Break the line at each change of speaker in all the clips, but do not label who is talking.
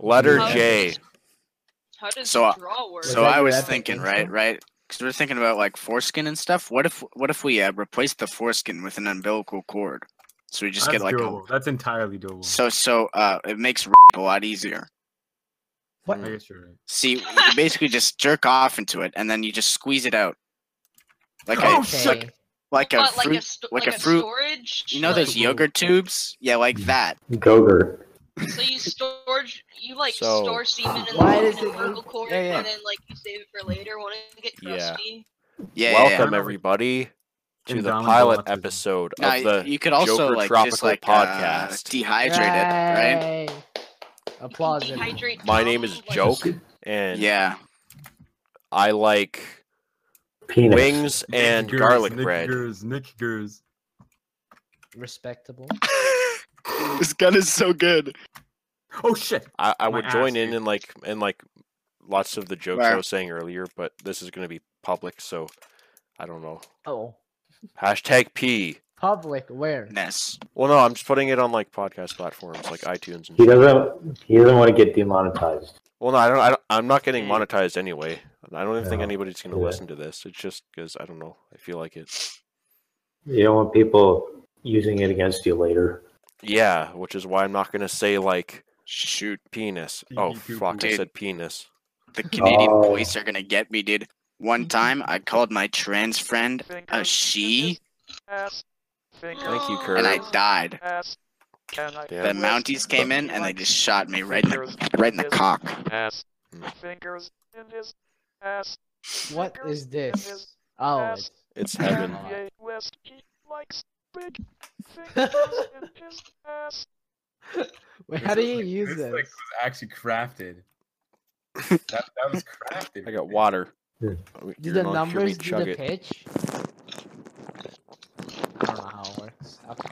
Letter
How
J.
does- How does
So, uh,
draw work?
So
that
I
your
was
epic
thinking,
intro?
right, right, because we were thinking about like foreskin and stuff. What if, what if we uh, replace the foreskin with an umbilical cord? So we just
That's
get like, a,
doable. that's entirely doable.
so so uh, it makes a lot easier.
What?
I guess you're right.
See, you basically just jerk off into it, and then you just squeeze it out, like
Oh,
a
Okay.
like, like a
What,
fruit,
like a, sto-
like a fruit-
storage.
you know
Like,
those yogurt tubes? Yeah, like that.
Goger.
So you storage, you like
So-
store semen in
Why
the
does it need-
umbilical cord,
Yeah, yeah.
and then like you save it for later when it get
Yeah.
crusty.
Yeah, yeah, yeah.
Welcome everybody to the
Indomitable
pilot
autism.
episode
Nah,
of the
you could also
Joker
like just
Tropical
like uh,
Podcast.
dehydrate it, right?
You can
Applause. everyone.
dehydrate
My
Tom,
name is
like-
Joke and
Yeah.
I like
Penis.
wings
Nick
and
Gers,
garlic
Nick
bread.
Gers, Nick Gers.
Respectable.
this gun is so good.
Oh shit!
I, I
My
would
ass,
join in
dude.
and like and like lots of the jokes I
Where?
was saying earlier, but this is gonna be public, so I don't know.
Oh,
Hashtag P.
public where?
Ness.
Well, no, I'm just putting it on like podcast platforms like iTunes and.
He
shit.
doesn't. He doesn't want to get demonetized.
Well, no, I don't, I don't. I'm not getting
Mm.
monetized anyway. I don't even think
No,
anybody's gonna
Oh, yeah.
listen to this. It's just because I don't know. I feel like it.
You don't want people using it against you later.
Yeah, which is why I'm not gonna say like
Shoot,
penis. Oh
Pee-pee-poo-poo.
fuck! I
Dude.
said penis.
the Canadian
Oh.
police are gonna get me, dude. One time, I called my trans friend a she,
Thank you,
Oh.
Kurt.
and I died.
Can I
Yeah.
The Mounties came in and they just shot me right in the right in the cock.
ass.
Hmm.
Fingers in his ass.
What
Fingers
is
in
this?
his
Oh,
ass.
It's
Yeah.
heaven.
Kanye West, he likes big fingers in his ass.
wait, how do you use
This
this?
like, was actually crafted. that, that was crafted.
I got water.
Yeah.
Oh,
Do
you're
the
gonna hear me
numbers do
chug
the
it.
pitch? I don't know how it works. Okay.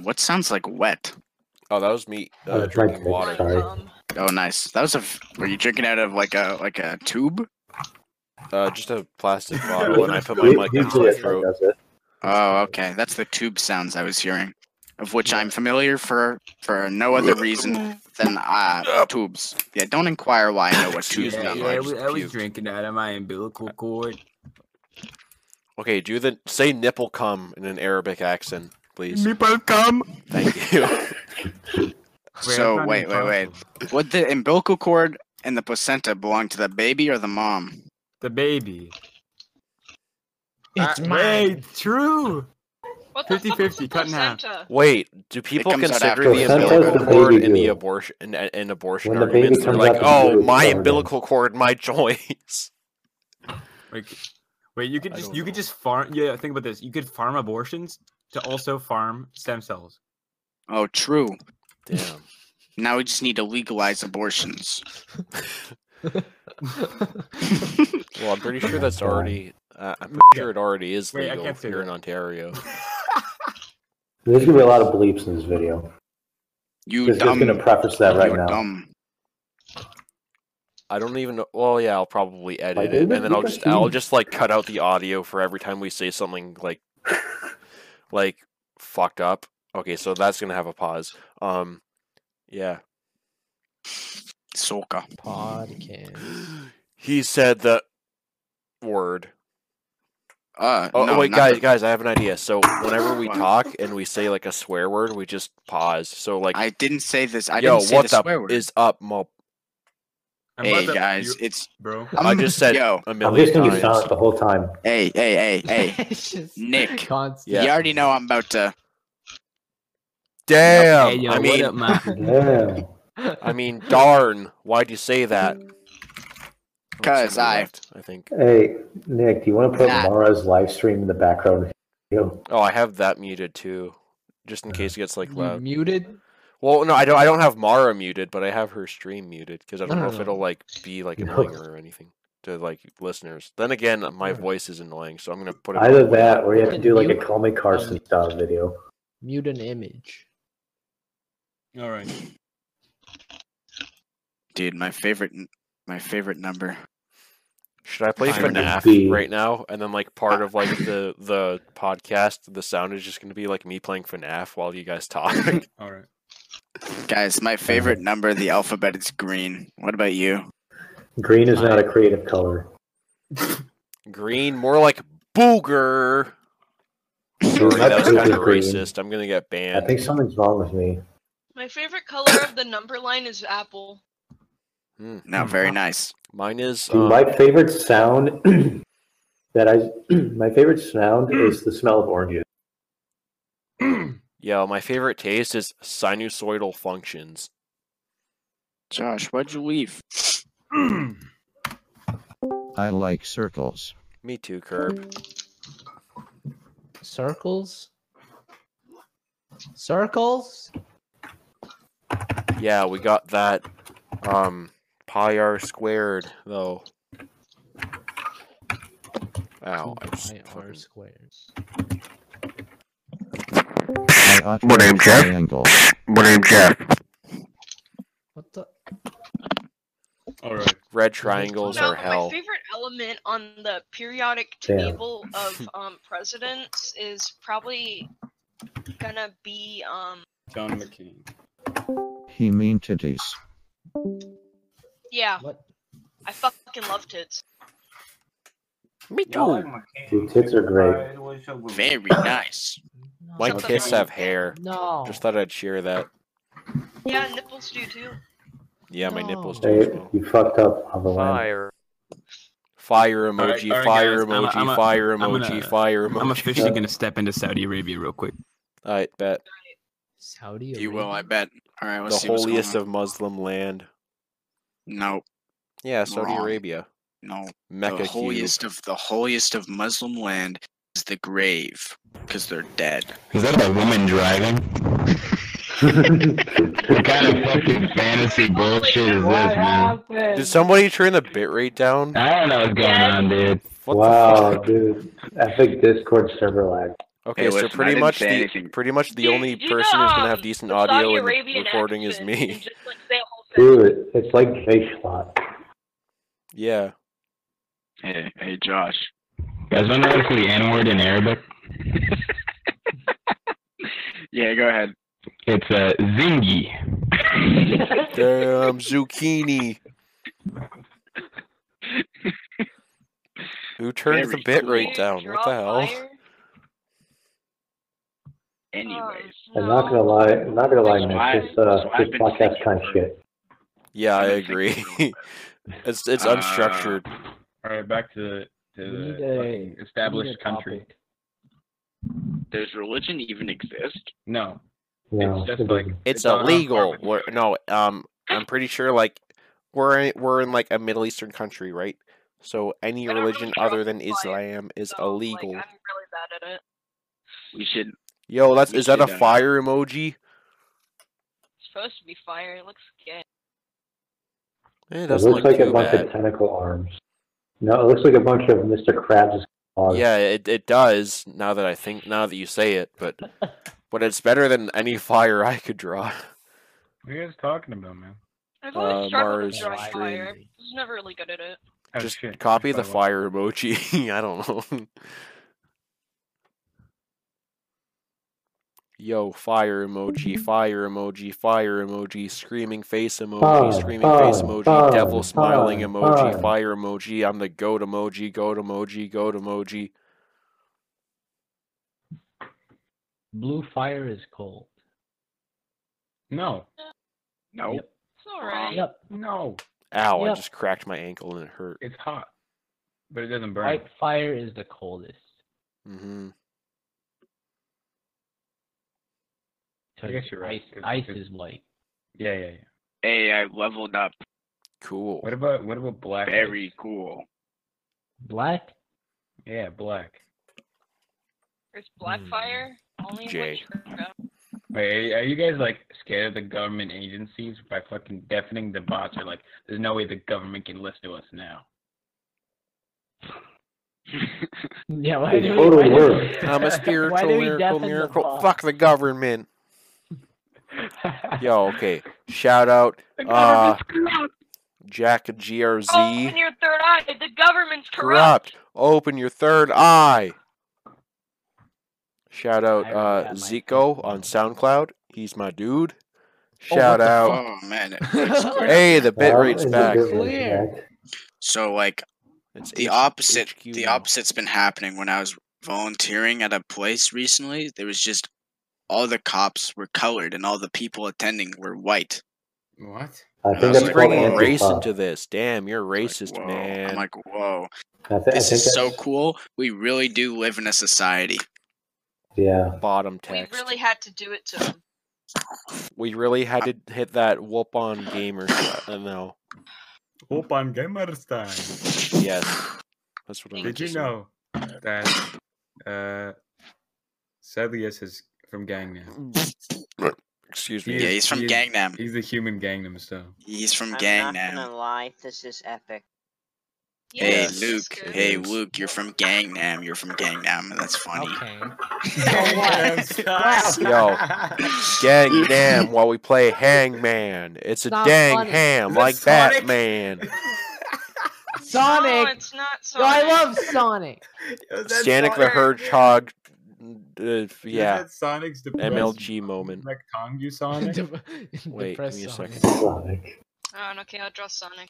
What sounds like wet?
Oh, that was me
Oh,
uh,
it's like
drinking
the-
water.
Sorry.
Um,
Oh, nice. That was a. f- Were you drinking out of like a like a tube?
Uh, just a plastic
Yeah,
bottle, and I
it's
put my
like-
Usually
mic into my
it's like
throat.
that's it.
Oh, okay. That's the tube sounds I was hearing, of which I'm familiar for for no other reason than uh tubes. Yeah, don't inquire why I know what tubes
Excuse me,
sound
I
like.
just puked.
drinking out of my umbilical cord.
Okay, do the say nipple cum in an Arabic accent, please.
People come.
Thank you.
So wait, wait, wait. Would the umbilical cord and the placenta belong to the baby or the mom?
The baby.
It's
Ah,
mine.
Wait, true.
what the fuck is
50-50,
a
cut in half.
placenta?
Wait, do people
comes out after
consider
the
the
baby.
umbilical
Sometimes the
cord
baby
in the
do.
abortion in, in abortion
When the baby
arguments? They're
comes
like,
out, the
oh,
baby is
my
born."
umbilical cord, my choice.
Wait, c- wait. You could
I
just
don't
you could
know.
just farm. Yeah, think about this. You could farm abortions to also farm stem cells.
Oh, true.
Damn.
Now we just need to legalize abortions.
Well, I'm pretty sure that's
God.
already. Uh, I'm pretty sure it already is
Wait, I
legal
can't say
here
that.
in Ontario.
There's gonna be a lot of bleeps in this video.
You
Just, just
dumb.
gonna preface that right
you
now.
dumb.
I don't even know. Well, yeah, I'll probably edit it,
David,
and then I'll
look at
just I'll
you.
just like cut out the audio for every time we say something like like fucked up. Okay, so that's gonna have a pause. Um, yeah.
Soka.
Podcast.
He said the word.
Uh,
Oh,
no,
wait,
not
guys,
the-
guys, I have an idea. So whenever we
What?
talk and we say like a swear word, we just pause. So like,
I didn't say this. I
yo,
didn't say
what
the
the
swear word.
is up, mo?
And
hey
what's up,
guys,
you-
it's
bro.
I just said
yo.
a
I'm just
million
gonna be
times.
silent the whole time.
Hey, hey, hey, hey.
It's just
Nick.
Constant.
Yeah.
You already know I'm about to.
Damn. I mean,
Yeah.
I mean, darn. Why'd you say that? Oh,
'Cause
somebody
I-
left, I think.
Hey, Nick, do you want to put
Nah.
Mara's live stream in the background? Yo,
Oh, I have that muted too, just in case it gets like
You
Mm-hmm.
loud.
muted?
Well, no, I don't. I don't have Mara muted, but I have her stream muted because I don't
No,
know
no,
if
no.
it'll like be like
No.
annoying or anything to like listeners. Then again, my voice is annoying, so I'm gonna put it.
Either
on-
that, or you have to do like a
Mute.
Call Me Carson style video.
Mute an image.
All right.
Dude, my favorite, my favorite number.
Should I play
I would
FNAF
be-
right now? And then like part of like the the podcast, the sound is just gonna be like me playing FNAF while you guys talk.
All right.
Guys, my favorite number in the alphabet is green. What about you?
Green is not a creative color.
Green, more like booger. Sorry,
My
that was
poop
kind
is
of
green.
racist. I'm gonna get
I
banned.
think something's wrong with me.
My favorite color of the number line is apple.
Hmm.
No, very nice.
Mine is
Dude,
um,
my favorite sound that I my favorite sound is the smell of oranges.
yeah. My favorite taste is sinusoidal functions.
Josh, why'd you leave?
I like circles.
Me too, Curb.
Circles? Circles?
Yeah, we got that um pi r squared though. Ow! I just
I R
fucking-
squared.
I ought
What
to
up,
be
Jeff?
triangle.
My name's Jeff.
What the?
All right.
Red triangles
Now,
are hell.
My favorite element on the periodic
Damn.
table of um, presidents is probably gonna be um
John McCain.
He mean titties.
yeah.
What?
I fucking love tits.
Me too.
Dude, tits are great.
Very nice.
My
Something
kids
like-
have hair.
No.
Just thought I'd share that.
Yeah, nipples do too.
Yeah, my
No.
nipples do as
Hey,
well.
you fucked up on the line.
Fire.
Fire
right,
emoji,
all right,
fire
guys, I'm a-
emoji,
I'm a-
fire
I'm
emoji,
gonna-
fire emoji.
I'm officially gonna step into Saudi Arabia real quick.
I bet
Saudi
You will, I
Arabia?
bet. All right, let's
the
see what's
holiest
going
of Muslim land.
on.
Yeah, Saudi
Wrong.
Arabia,
No, no.
Mecca.
the
cube.
holiest of the holiest of Muslim land is the grave, because they're dead.
Is that a woman driving? what kind of fucking fantasy bullshit is this, man?
Did somebody turn the bitrate down?
I don't know what's going on, dude.
What the
wow,
fuck?
dude, epic Discord server lag.
Okay,
Hey,
so
listen, I
pretty
didn't
much
say
the
anything.
pretty much the
You-
only
you
person who's
know,
gonna have
um,
decent
the Saudi
audio and
Arabian
recording is
accent,
me.
and just, like, say a whole sentence.
Dude, it's like J Schlot.
yeah,
Hey, hey, Josh.
Guys, wanna know what's the N word in Arabic?
Yeah, go ahead.
It's uh, zingy.
damn zucchini. Who turned the
Very
bitrate
You
down? What the
draw
hell?
fire?
Anyways,
I'm not gonna lie. I'm not gonna lie, Nick. This uh,
So I've
this
been
podcast
thinking-
kind of shit.
Yeah, I
I think
agree.
so, but-
it's it's
Uh,
unstructured.
All right, back to to
We
the
need a-
fucking established country.
does religion even exist?
No,
No,
it's just
it
like
doesn't.
It's
on par
illegal.
with the
We're,
other.
no, um, I'm pretty sure like we're in, we're in like a Middle Eastern country, right? So any
I don't
religion
really know
other than
why,
Islam is
So, like,
illegal.
I'm really bad at it.
We should.
Yo, that's
we
is that a
should, uh,
fire emoji?
It's supposed to be fire. It looks gay.
Eh, It
It
doesn't
looks
look
like a
too
bunch
bad.
of tentacle arms. No, it looks like a bunch of Mr. Krabs' claws.
Yeah, it it does. Now that I think, now that you say it, but but it's better than any fire I could draw.
What are you guys talking about, man?
I've
Uh,
always struggled
Mars
with drawing fire. I
Dream.
was never really good at it.
Oh,
Just
shit.
copy the
Sorry, what?
fire emoji. I don't know. Yo, fire emoji, fire emoji, fire emoji, screaming face emoji,
Fire,
screaming face
fire,
emoji,
fire,
devil smiling
fire,
emoji,
fire.
fire emoji, I'm the goat emoji, goat emoji, goat emoji.
Blue fire is cold.
No,
No.
Yep.
It's alright.
Yep.
no,
Ow, I
Oh. Yep.
just cracked my ankle and it hurt.
it's hot, but it doesn't burn.
White fire is the coldest.
Mm-hmm.
I guess you're right,
Ice,
'cause
ice
it's-
is white.
Yeah, yeah, yeah.
Hey, I leveled up.
Cool.
What about what about black?
Very cool.
Black?
Yeah, black.
There's black
Hmm.
fire. Only in
Jay.
Witchcraft.
Wait, are are you guys like scared of the government agencies by fucking deafening the bots? Or like, there's no way the government can listen to us now.
Yeah, why
It's
do we-
totally
why do we-
worse.
I'm a
Why do
spiritual
we
miracle,
deafen the
miracle.
box?
Fuck the government. Yo, okay. Shout out uh, Jack GRZ.
Open Oh, your third eye. The government's corrupt.
corrupt. Open your third eye. Shout out
I already
uh,
got my
Zico
third
on
eye.
SoundCloud. He's my dude.
Shout
Oh,
out.
Oh man.
Hey, the bit rate's back.
So like the opposite the opposite's been happening when I was volunteering at a place recently, there was just all the cops were colored and all the people attending were white.
What?
I think that's
He's bringing
called
race
Antifa.
into this. Damn, you're a racist, man.
I'm like, whoa.
I thi- I
This
think
is so
that's-
cool. We really do live in a society.
Yeah.
Bottom
We
text.
really had to do it to him.
We really had to hit that whoop on gamer. shot. Uh, no.
Hope I'm Gamerstein.
Yes. That's what I meant
Did
to
you
say.
know that uh, Sedlius is from Gangnam?
Excuse
me. Yeah, he's from Gangnam.
He's the human Gangnam Style.
He's from
I'm
Gangnam.
not gonna lie, this is epic.
Hey
Yes.
Luke, hey Luke, you're from Gangnam. You're from Gangnam. That's funny.
Oh
Yo, gang damn while we play Hangman. It's a
Not
dang
funny.
ham
Is it
like
Sonic?
Batman.
Sonic.
it's not
Yo, I love Sonic.
Sonic the Hedgehog. Uh, yeah.
Sonic's depressed-
MLG moment.
Like Kong, you Sonic.
Wait, give me a second.
Oh, okay, I'll draw Sonic.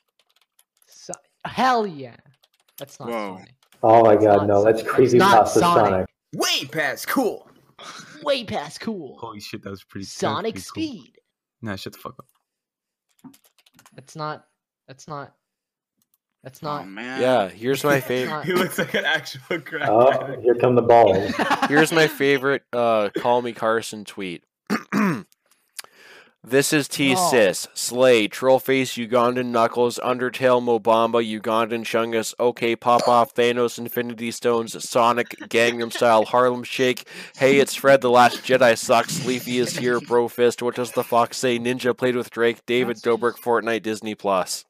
So- hell yeah. That's not Sonic.
Oh my god, no, that's creepy
not
pasta
Sonic.
Sonic.
Way past cool.
Way past cool.
Holy shit, that was pretty. that was
Sonic
pretty cool.
Speed.
Nah, shut the fuck up.
That's not. That's not.
Oh,
That's not.
Yeah, here's my favorite.
Not-
He looks like an actual crack.
Oh, here come the balls.
Here's my favorite uh, Call Me Carson tweet. this is T
Oh.
Sis, Slay, Trollface, Ugandan Knuckles, Undertale, Mobamba, Ugandan Chungus, OK Pop Off, Thanos, Infinity Stones, Sonic, Gangnam Style, Harlem Shake, Hey, it's Fred, The Last Jedi Sucks, Leafy is here, Bro Fist, What Does the Fox Say, Ninja Played with Drake, David Dobrik, Fortnite, Disney Plus.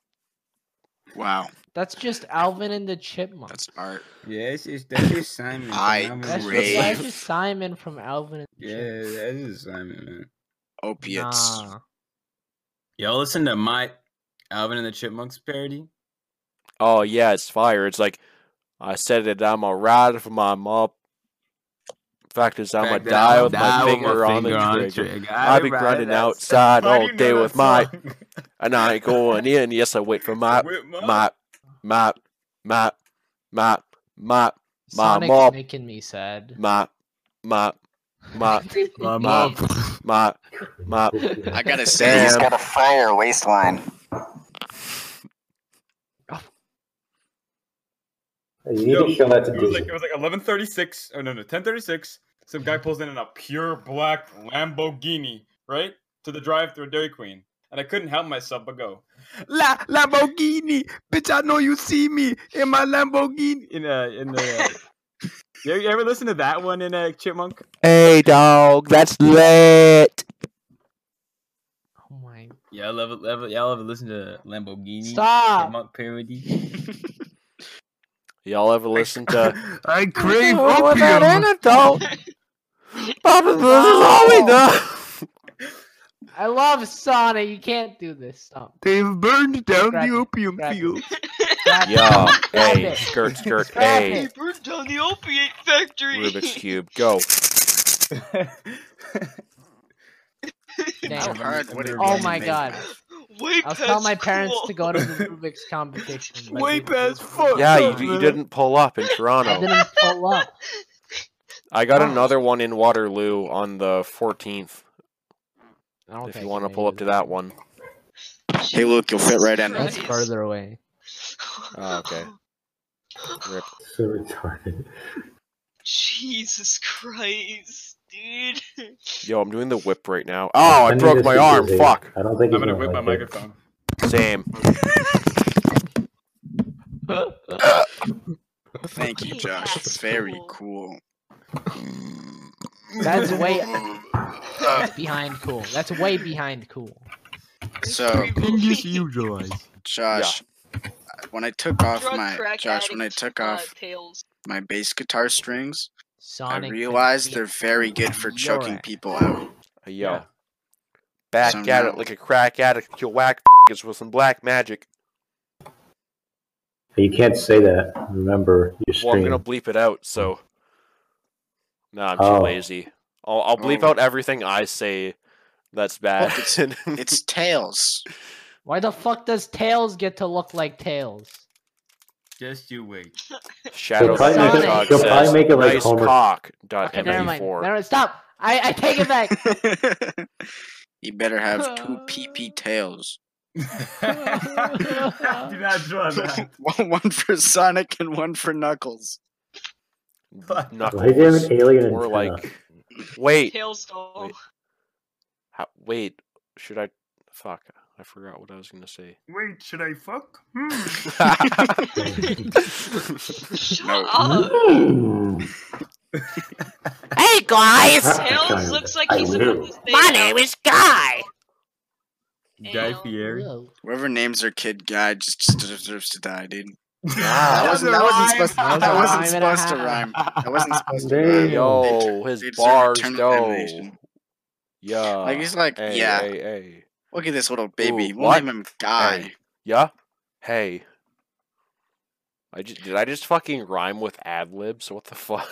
Wow.
That's just Alvin and the Chipmunk. That's
art.
Yes, it's that is Simon.
I
Phenomenal.
That's just, that's just Simon from Alvin and the
Yeah,
Chipmunk.
that is Simon, man.
Opiates.
Nah.
Y'all listen to my Alvin and the Chipmunks parody?
Oh, yeah, it's fire. It's like, I said it, I'm a ride for my mop. Fact is, I'm
Fact
going to
that
die
I'ma
with
die
my
with my
finger on
finger on
the
the
trigger.
trigger.
I be
Alright,
grinding
that's
outside
funny,
all
know
day
that
with my,
song.
and I ain't going in. Yes, I wait for my,
With my-
my, my, my, my, my, my
Sonic's
mop,
making me sad.
my, my, my, my,
My mop.
my, my.
I gotta say, he's
Damn.
got a fire waistline.
You need to show that to
it was like
Disney.
it was like eleven thirty six. Oh no, no, ten thirty six. Some guy pulls in in a pure black Lamborghini, right, to the drive-through Dairy Queen, and I couldn't help myself but go, La Lamborghini, bitch! I know you see me in my Lamborghini. In uh, in the. uh, you you ever listen to that one in a uh, Chipmunk?
Hey, dog, that's lit.
Yeah, I love it. Love it. Y'all ever listen to Lamborghini?
Stop.
Chipmunk parody.
Y'all ever listen to?
I
crave opium.
I love Sonic. You can't do this. Stop.
They've burned down
Scratch it,
the opium
scratch it.
fields.
Yo, hey,
it.
skirt, skirt,
Scrap
hey,
it.
Burned down the opiate factory.
Rubik's cube, go.
Damn.
hard would it
oh
be
my
to
god.
Way
I'll tell my
past
parents to go to
cool.
the Rubik's competition. but
Way
they-
past fuck.
Yeah, you, you didn't pull up in
I
Toronto.
didn't pull up.
I got another one in Waterloo on the 14th. If you want to pull up to that one.
Hey Luke, you'll fit right in.
That's further away.
Oh, okay. Rip.
So retarded.
Jesus Christ, dude.
Yo, I'm doing the whip right now. Oh, I
need
broke
this
my
to
arm.
Disney.
Fuck.
I don't think
I'm
he's
gonna whip my
like it.
microphone.
Same.
Thank you, Josh. Very cool.
That's way that's behind cool. That's way behind cool.
So
just utilize.
Josh, when I took off
Drug
my
crack
Josh, when I
addict,
took
uh,
off
Tails.
my bass guitar strings,
Sonic
I
could
realized
beat
they're very good for choking
Yorak.
people out.
Yo.
Yeah.
Back
Some
at
metal.
it like a crack addict. You'll whack f***ers with some black magic.
You can't say that. Remember your
Well, I'm
stream.
gonna bleep it out, so. Nah, I'm too
Oh.
lazy. I'll, I'll bleep
Oh.
out everything I say That's bad.
it's, it's tails.
Why the fuck does tails get to look like tails?
Just you wait.
Shadow
They'll probably make it-
Hedgehog
they'll probably
says,
make it like
nice
Homer."
cock. Dot E
Okay, never mind.
ME4.
Never mind. Stop. I, I take it back.
You better have two PP tails.
Do not draw that.
one one for Sonic and one for Knuckles.
Why do you have an alien
Or
antenna?
like, wait,
Tails doll.
how, wait, should I? Fuck, I forgot what I was gonna say.
Wait, should I fuck?
no.
Hey guys!
Tails looks like he's
My name is Guy!
Guy
oh,
Fieri.
Whoever names their kid Guy just, just deserves to die, dude.
That
wasn't, that wasn't supposed,
That was
that
a
wasn't
rhyme and a
supposed to rhyme.
half.
That wasn't supposed to rhyme.
Yo, his
Dude's a
bars
retarded
go.
animation.
Yeah.
Like, he's like,
Ah, hey,
yeah.
Hey, hey.
Look at this little baby.
Ooh,
we'll
what?
name him Guy.
Hey. Yeah. Hey. I just did. I just fucking rhyme with ad libs. What the fuck?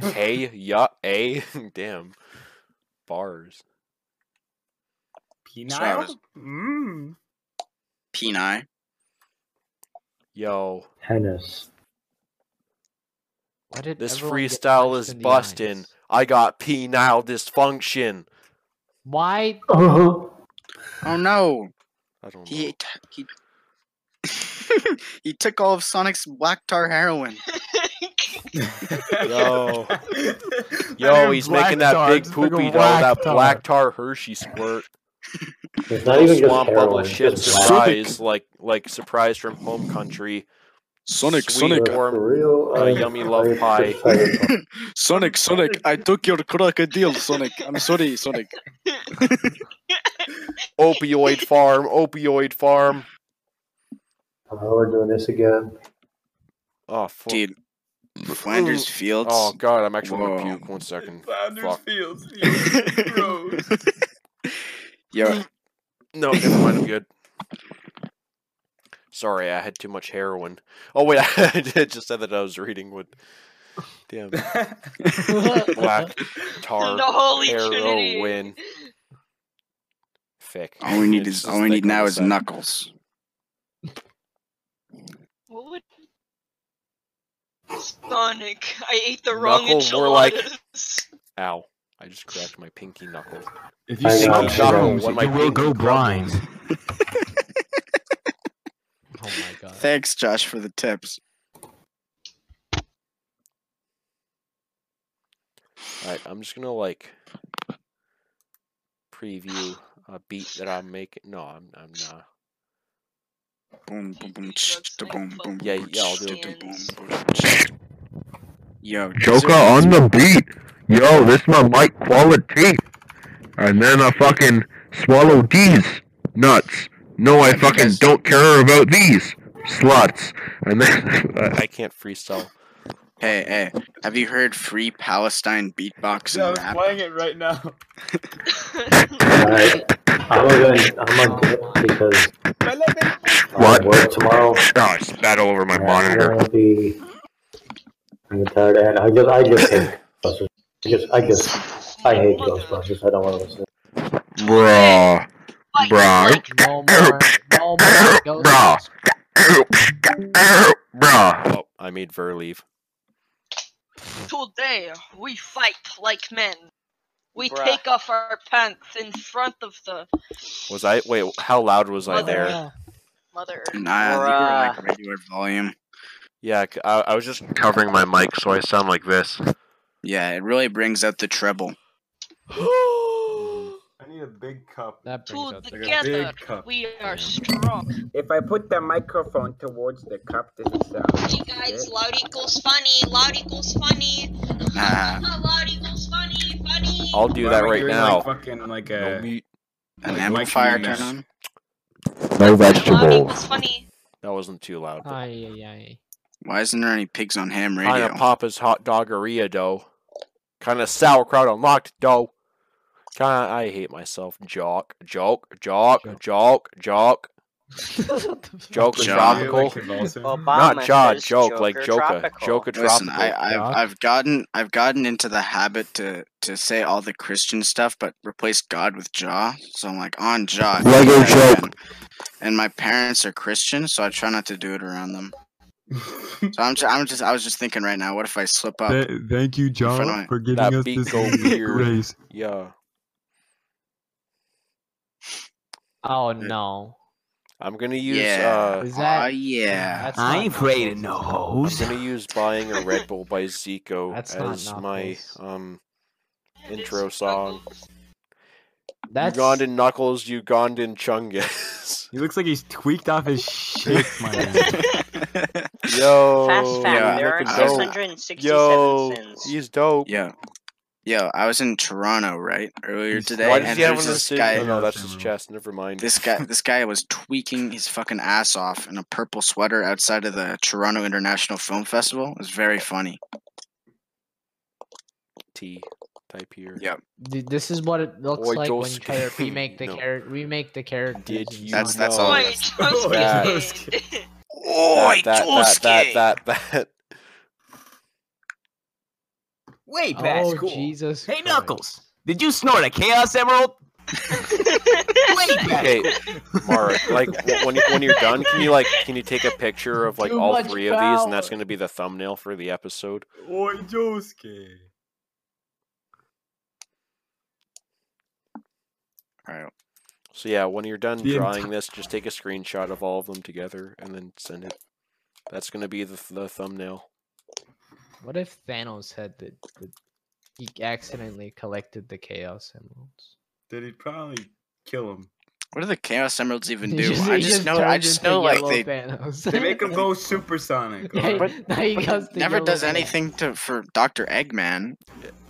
Hey. Yeah. A. Damn. Bars.
Penile?
Sorry, I was-
Mm.
Peni.
Yo.
Tennis.
Why did
This
everyone get
freestyle
punched
is
in the
busting. I got penile dysfunction.
Why?
Oh no.
I don't
He t- he he took all of Sonic's black tar heroin.
Yo. Yo, he's making that big poopy dough, that black tar Hershey squirt.
It's not
Little
even just
swamp bubble
heroin,
shit
just black.
surprise, like like surprise from home country.
Sonic,
Sweet
Sonic.
warm,
For real,
uh,
I'm
yummy love pie.
Sonic, Sonic, I took your crocodile, Sonic. I'm sorry, Sonic.
opioid farm, opioid farm.
Oh, we're doing this again.
Oh fuck.
Dude, Flanders Fields.
Oh god, I'm actually gonna
Whoa.
puke one second.
Founders
Fuck.
Fields. dude. Gross.
Yo,
Mm. No, never mind, I'm good. Sorry, I had too much heroin. Oh wait, I just said that I was reading what damn black tar
The Holy Trinity.
heroin. Fick.
all we need
It's
is
just
all we need
thick on
now
the
is
side.
Knuckles.
What would Sonic? I ate the wrong
Knuckle more like
enchiladas.
Ow. I just cracked my pinky knuckle.
If
you I say love
knuckle
shrooms,
when my
you will
pinky
go blind.
crumbles.
Oh my god.
Thanks, Josh, for the tips.
Alright, I'm just gonna like preview a beat that I'm making. No, I'm I'm not.
Boom, boom, boom, ch- ch- boom, boom,
Yeah,
boom,
yeah, I'll
ch-
do
ch- boom, boom, ch- Yo,
Joker on the beat. Yo, this my mic quality. And then I fucking swallow these nuts. No, I fucking don't care about these sluts. And then
I can't freestyle.
Hey, hey, have you heard Free Palestine beatbox
I
and
was
rap?
playing it right now.
Alright. I'm gonna I'm on dip because I
What?
work tomorrow.
Oh, I spat all over my
I'm
monitor.
gonna be I'm tired and I just I just hate Ghostbusters. I just I just I hate Ghostbusters. I don't wanna listen.
Bruh. Bruh.
No more. No more. ghost-
Bruh. Bruh.
Oh, I made Ver leave.
Today we fight like men. We
Bruh.
take off our pants in front of the
Was I wait, how loud was I there?
mother. Mother.
Nah, you were like regular volume.
uh, Yeah, c- I, I was just covering my mic so I sound like this.
Yeah, it really brings out the treble.
I need a big cup.
That brings out the
Together
big cup.
we are strong.
If I put the microphone towards the cup, this is uh, sound.
Hey guys, loud equals funny. Loud equals funny.
Nah.
loud equals funny. Funny.
I'll do
Why
that
am I
right
doing,
now.
Like, fucking like
No
uh,
a.
mute.
An
Like
amplifier
monkeys.
turn on.
No
Loud
vegetables.
equals funny.
That wasn't too loud. but-
Ay, ay, ay.
Why isn't there any pigs on ham
Kinda
radio?
Papa's hot doggeria dough. Kinda sauerkraut unlocked dough. Kinda I hate myself. Jock, joke, jock, joke, jock. Joke and
Joe.
tropical.
Obama
Not jaw,
says
joke, like
Joker
Joker. Joker tropical.
Listen, I, I've, I've gotten I've gotten into the habit to to say all the Christian stuff, but replace God with Jaw. So I'm like on Jaw.
Lego
And-
joke.
And my parents are Christian, so I try not to do it around them. so I'm just, I'm just I was just thinking right now, what if I slip up?
Th- thank you,
front
John,
of my-
for giving
That
us
beat
this
go weird.
grace.
Yeah.
Oh no.
I'm gonna use.
Yeah.
Uh,
Is that- Oh, yeah. that's
I'm
I not ain't afraid of
no hose. I'm gonna use "Buying a Red Bull" by Zico
That's not
as my um intro song. Ugandan Knuckles, Ugandan Chungus.
He looks like he's tweaked off his shit, my man.
Yo,
Fast fact,
Yeah.
there are
Looking dope.
667 sins.
he's dope.
Yeah. Yo, I was in Toronto, right? Earlier today.
Why does
and
he have
there's
one in the
this
city?
guy-
Oh, no, that's his chest. Never mind.
This guy, this guy was tweaking his fucking ass off in a purple sweater outside of the Toronto International Film Festival. It was very funny.
T type here.
Yep.
Dude, this is what it looks
Oi,
like when you
Josuke.
try to remake the
No.
character. Remake the character.
Did you
That's-
that's
that's all- Oi, that's-
Oi, that, that, that, that, that.
Way past
Oh,
cool.
Jesus.
Hey, Knuckles, did you snort a Chaos Emerald? Way past
Okay,
cool.
Mara, like w- when you, when you're done, can you like can you take a picture of like
Too
all
much
three of these, and that's
power.
going to be the thumbnail for the episode?
Oi, Josuke.
Alright.
So yeah, when you're done
The enti-
drawing this, just take a screenshot of all of them together and then send it. That's going to be the, the thumbnail.
What if Thanos had the, the he accidentally collected the Chaos Emeralds?
Did he probably kill him?
What do the Chaos Emeralds even
He
do?
just-
I
he
just
just
know. I
turns
just
into
know like
Yellow
they
Thanos.
They make him go supersonic.
Yeah,
alright?
now he goes to
never
yellow
does
Thanos.
anything to for Doctor Eggman.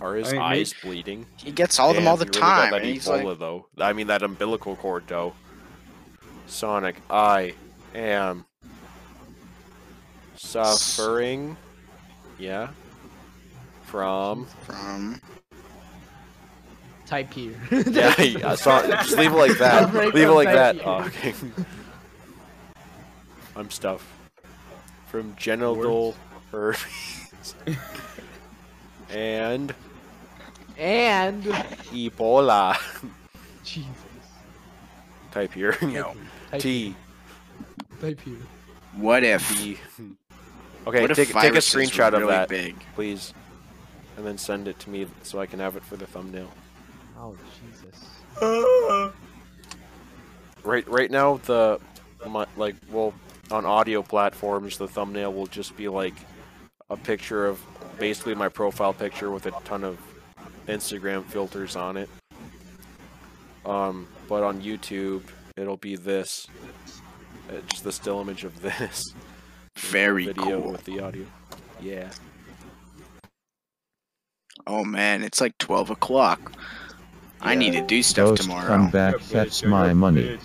Are his
I mean, maybe-
eyes bleeding?
He gets all of them
Damn,
all the
he really
time.
Got that
and he's
Ebola
like,
though. I mean that umbilical cord though. Sonic, I am suffering. Yeah. From
from
Type here.
yeah, yeah so, just leave it like that.
Suffering
Leave it
from
like that.
type
Oh,
here.
okay. I'm stuff from genital herpes and
And
Ebola.
Jesus.
Type here.
Yo.
Type
T.
Type here.
what if?
Okay,
what if
take, take a
viruses were
screenshot of
really
that,
Big.
please, and then send it to me so I can have it for the thumbnail.
Oh Jesus.
Right, right now the, my, like, well, on audio platforms, the thumbnail will just be like a picture of basically my profile picture with a ton of Instagram filters on it. Um, but on YouTube, it'll be this, uh, just the still image of this
Very
video
cool.
with the audio. Yeah.
Oh man, it's like twelve o'clock. I need to do stuff
Ghost,
tomorrow.
come back, fetch my money.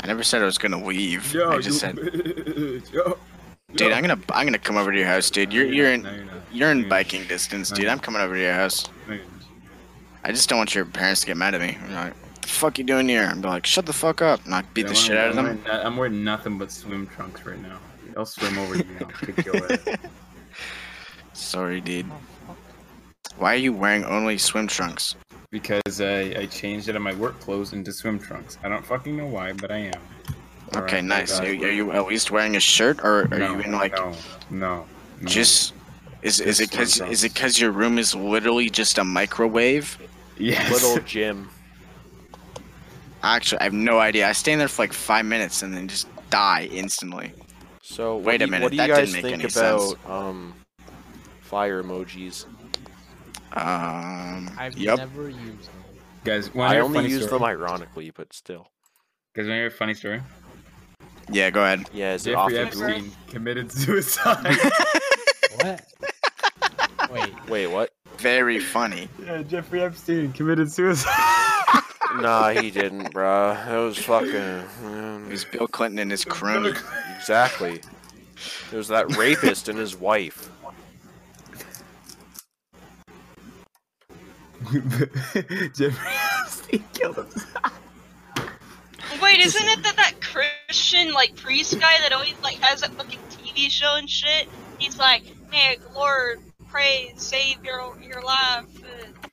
I never said I was gonna leave.
Yo,
I just
you
said,
bitch, yo.
dude, I'm gonna I'm gonna come over to your house, dude. You're you're in you're in biking distance, dude. I'm coming over to your house. I just don't want your parents to get mad at me. They're like, the fuck you doing here? I'm like, shut the fuck up, and I beat the
Yeah,
shit out
I'm-
of them.
I'm wearing no- I'm wearing nothing but swim trunks right now. I'll swim over you now. Kick your ass.
Sorry, dude. Why are you wearing only swim trunks?
Because I, I changed out of my work clothes into swim trunks. I don't fucking know why, but I am. All
Okay,
right, Uh,
nice.
I
Are,
got
are
it.
you at least wearing a shirt, or are
No,
you in like
no, no, no.
just? Is, is it
Just
because
swim
is it because your room is literally just a microwave?
Yes.
Little Jim.
Actually, I have no idea. I stay in there for like five minutes and then just die instantly.
So what
Wait
do
a
you-
minute,
what do
that
you
didn't
guys
make
think
any
about
sense.
um fire emojis?
Um,
I've
Yep.
never used them.
Guys,
I only use them ironically, but still.
Because when you're a funny story,
Yeah, go ahead.
Yeah, is it off
Jeffrey
the group?
Epstein committed suicide.
What? Wait.
Wait, what?
Very funny.
yeah, Jeffrey Epstein committed suicide.
Nah, he didn't, bruh. That was
It
fucking. um,
was Bill Clinton and his crony.
Exactly. It was that rapist and his wife.
Jeffrey Epstein killed himself.
Wait, isn't it that that Christian like priest guy that always like has that fucking TV show and shit. He's like, hey, Lord, pray, save your your life, uh,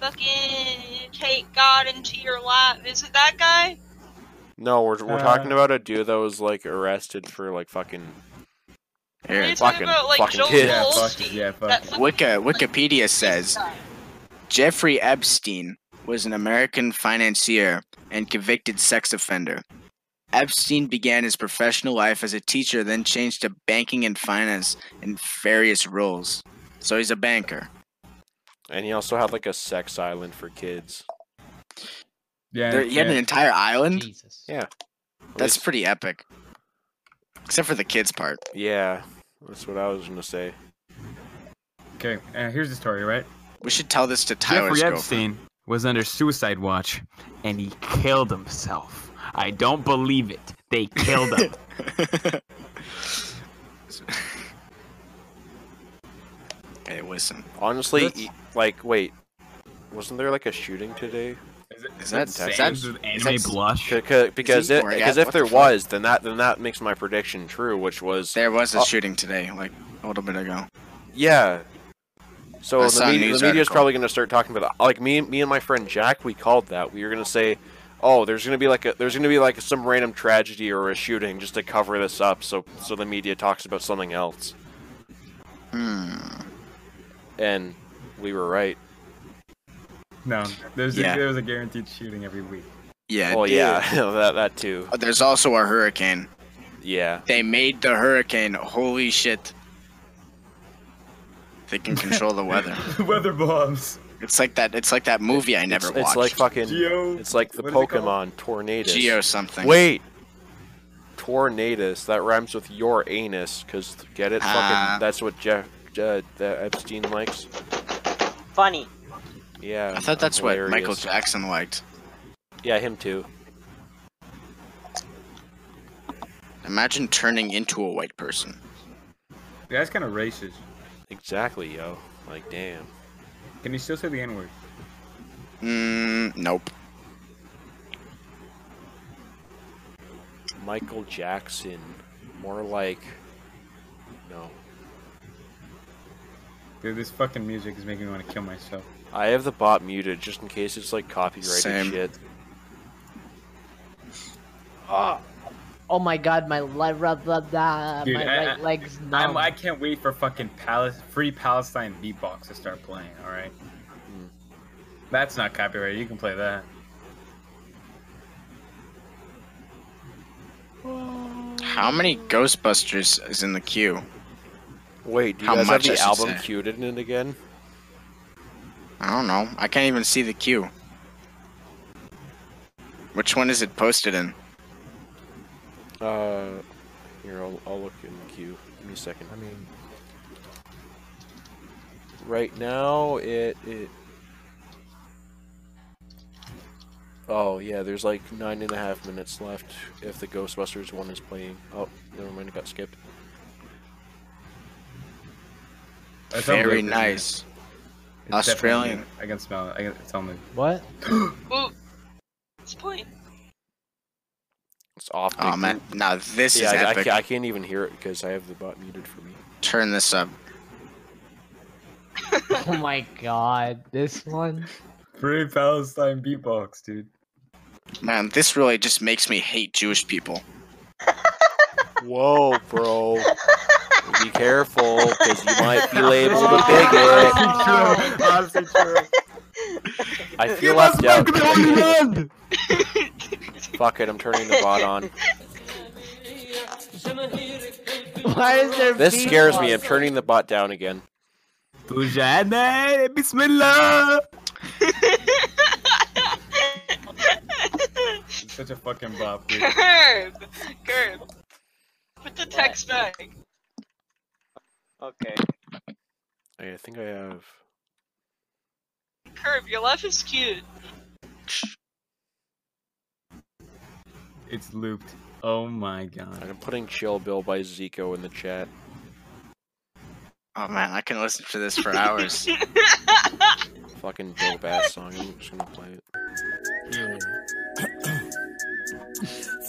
fucking take God into your life. Is it that guy?
No, we're, we're
Uh,
talking about a dude that was like arrested for like fucking.
Here.
you talking about, like, Joel
yeah,
Goldstein?
fuck, yeah,
fuck.
Wiki, Wikipedia says Jeffrey Epstein was an American financier and convicted sex offender. Epstein began his professional life as a teacher, then changed to banking and finance in various roles. So he's a banker.
And he also had like a sex island for kids.
Yeah, he had an entire island.
Yeah,
that's pretty epic. Except for the kids part.
Yeah, that's what I was gonna say.
Okay, uh, here's the story, right?
We should tell this to Tyler's
Jeffrey
girlfriend.
Epstein was under suicide watch, and he killed himself. I don't believe it. They killed him.
Hey, listen.
Honestly, e- like, wait, wasn't there like a shooting today?
Is, it,
is that- is that- Sam's with is anime that- blush?
Because, because,
he
it,
wearing
because
that?
if
What
there
the fuck?
was, then that then that makes my prediction true, which was
There was a
Uh,
shooting today, like a little bit ago.
Yeah. So
I
the,
saw a
media,
news
the media's
article.
probably going to start talking about that. Like me, me and my friend Jack, we called that. We were going to say, "Oh, there's going to be like a there's going to be like some random tragedy or a shooting just to cover this up, so so the media talks about something else."
Hmm.
And we were right.
No, there's
Yeah.
there was a guaranteed shooting every week.
Yeah.
Well,
dude.
Oh, yeah, that that too.
Oh, There's also a hurricane.
Yeah.
They made the hurricane. Holy shit. They can control the weather.
Weather bombs.
It's like that. It's like that movie I never
it's,
watched.
It's like fucking.
Geo-
it's like the
what is it called?
Pokemon Tornadus.
Geo something.
Wait. Tornadus. That rhymes with your anus. Cause get it?
Ah.
fucking. That's what Jeff. Uh, the Epstein likes.
Funny.
Yeah.
I thought that's what Michael
hilarious.
Jackson liked.
Yeah, him too.
Imagine turning into a white person.
That's kind of racist.
Exactly, yo. Like, damn.
Can you still say the N word?
Mm, nope.
Michael Jackson. More like. No.
Dude, this fucking music is making me want to kill myself.
I have the bot muted just in case it's like copyrighted
Same.
shit. Ah,
Oh, oh my god, my, li- blah, blah, blah,
Dude,
Uh, my
I-
right
I-
leg's
I'm,
numb.
I can't wait for fucking Palace, free Palestine beatbox to start playing. All right.
Hmm.
That's not copyright. You can play that.
How many Ghostbusters is in the queue?
Wait, do you
How
guys
much I
have the
should
album
say.
queued in it again?
I don't know. I can't even see the queue. Which one is it posted in?
Uh, here I'll, I'll look in the queue. Give me a second. I mean, right now it it. Oh yeah, there's like nine and a half minutes left if the Ghostbusters one is playing. Oh, never mind, it got skipped.
That's
Very
unbelievable.
nice.
It's
Australian.
definitely- I can smell it. I can tell me.
What?
Ooh, it's point.
It's off.
Oh man, now this
yeah,
is
I, I
epic.
ca- I can't e- even hear it because I have the bot muted for me.
Turn this up.
oh my god, this one.
Free Palestine beatbox, dude.
Man, this really just makes me hate Jewish people.
Whoa, bro. Be careful, because you might be labeled
Oh.
a bigot.
Honestly, true.
I feel left out. Fuck it, I'm turning the bot on.
Why is there
This scares me. I'm turning the bot down again.
Tujane, Bismillah.
Such a fucking bop, dude.
Curb, curb. Put the text back.
Okay.
I think I have.
Curb, your life is cute.
It's looped. Oh my god.
I'm putting Chill Bill by Zico in the chat.
Oh man, I can listen to this for hours.
Fucking dope ass song. I'm just gonna play it.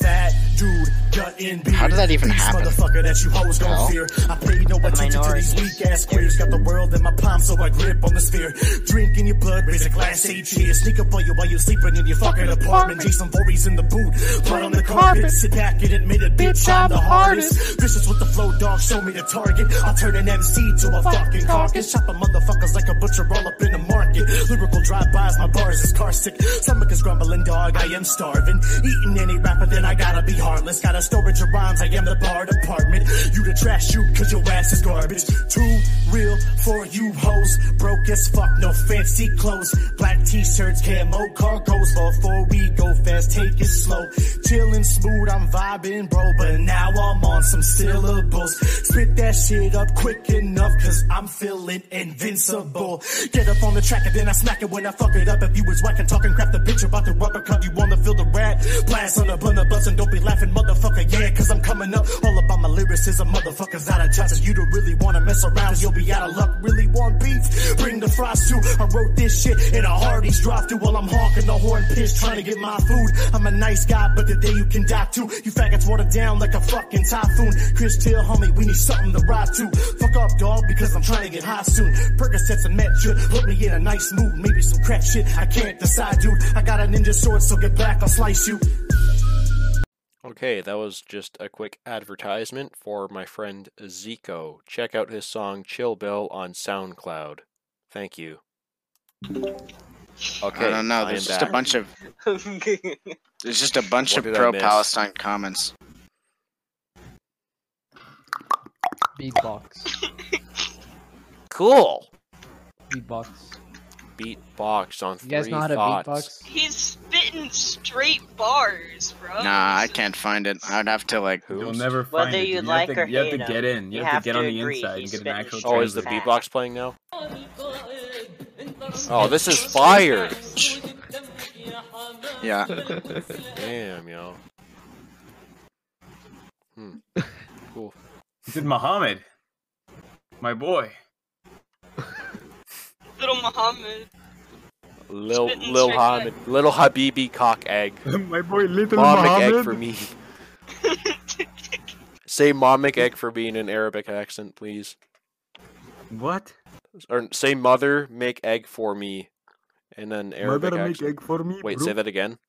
Fat dude gut in beer. How did that even happen? Motherfucker that you hoes don't fear. I pay no attention to these weak ass queers. Got the world in my palm, so I grip on the sphere. Drink in your blood, raise a glass eight cheers. Sneak up on you while you're sleeping in your fucking apartment. Jason Voorhees in the boot, blood on the carpet. Sit back and admit it, bitch. I'm the hardest. Vicious with the flow, dog. Show me the target. I'll turn an MC to a fucking carcass. Chop a motherfuckers like a butcher all up in the market. Lyrical drive-bys, my bars is car sick. Stomach is grumbling, dog. I am starving. Eating any rapper, then I gotta be heartless. Got a storage of rhymes. I am the bar department. You the trash, you, cause your ass is garbage. Too real for you hoes. Broke as fuck, no fancy clothes. Black t-shirts, camo cargoes. Before we go fast, take it slow. Chillin' smooth, I'm vibing, bro. But now I'm on some syllables. Spit that shit up quick enough, cause I'm feeling invincible. Get up on the track and then I smack it when I fuck it up. If you was whacking, talking crap, the bitch about to rubber cup you wanna feel the rat. Blast on a blunder bus and don't be laughing, motherfucker, yeah, cause I'm coming up. All about my lyricism, motherfuckers out of chances. You don't really wanna mess around, cause you'll be out of luck. Really want beef? Bring the fries too. I wrote this shit in a Hardy's drive through while I'm honking the horn piss trying to get my food. I'm a nice guy, but the day you can die too. You faggots water down like a fucking typhoon. Chris Till, homie, we need something to ride to. Fuck off, dog, because I'm trying to get high soon. Percocets and Met should put me in a nice mood. Maybe some crack shit. I can't decide, dude. I got a ninja sword, so get back, I'll slice you.
Okay, that was just a quick advertisement for my friend Zico. Check out his song Chill Bill on SoundCloud. Thank you. Okay,
I don't know.
am
There's just
back.
a bunch of there's just a bunch
What
of
did I
pro
miss?
Palestine comments.
Beatbox.
Cool.
Beatbox.
Beatbox on
You
three
guys know how to
thoughts.
beatbox?
He's spitting straight bars, bro.
Nah, I can't find it. I'd have to like.
You'll never find
Whether
it.
you
have
like
to-
or
You have to
hate
get
him,
in.
you
You have
have
to get
to
on the
agree
inside and
he's
get an actual.
Oh, is the
translation.
beatbox playing now? Oh, this is fire!
Yeah.
Damn, yo. Hmm. Cool.
This is Muhammad, my boy.
Little Muhammad.
Lil
Spitting
Lil
straight
Hamid, Little Habibi cock egg.
My boy, little
Momic egg
Muhammad.
for me. Say momic egg for me in an Arabic accent, please.
What?
Or say mother make egg for me in an Arabic
Mother, make
accent.
egg for me,
Wait,
bro.
say that again.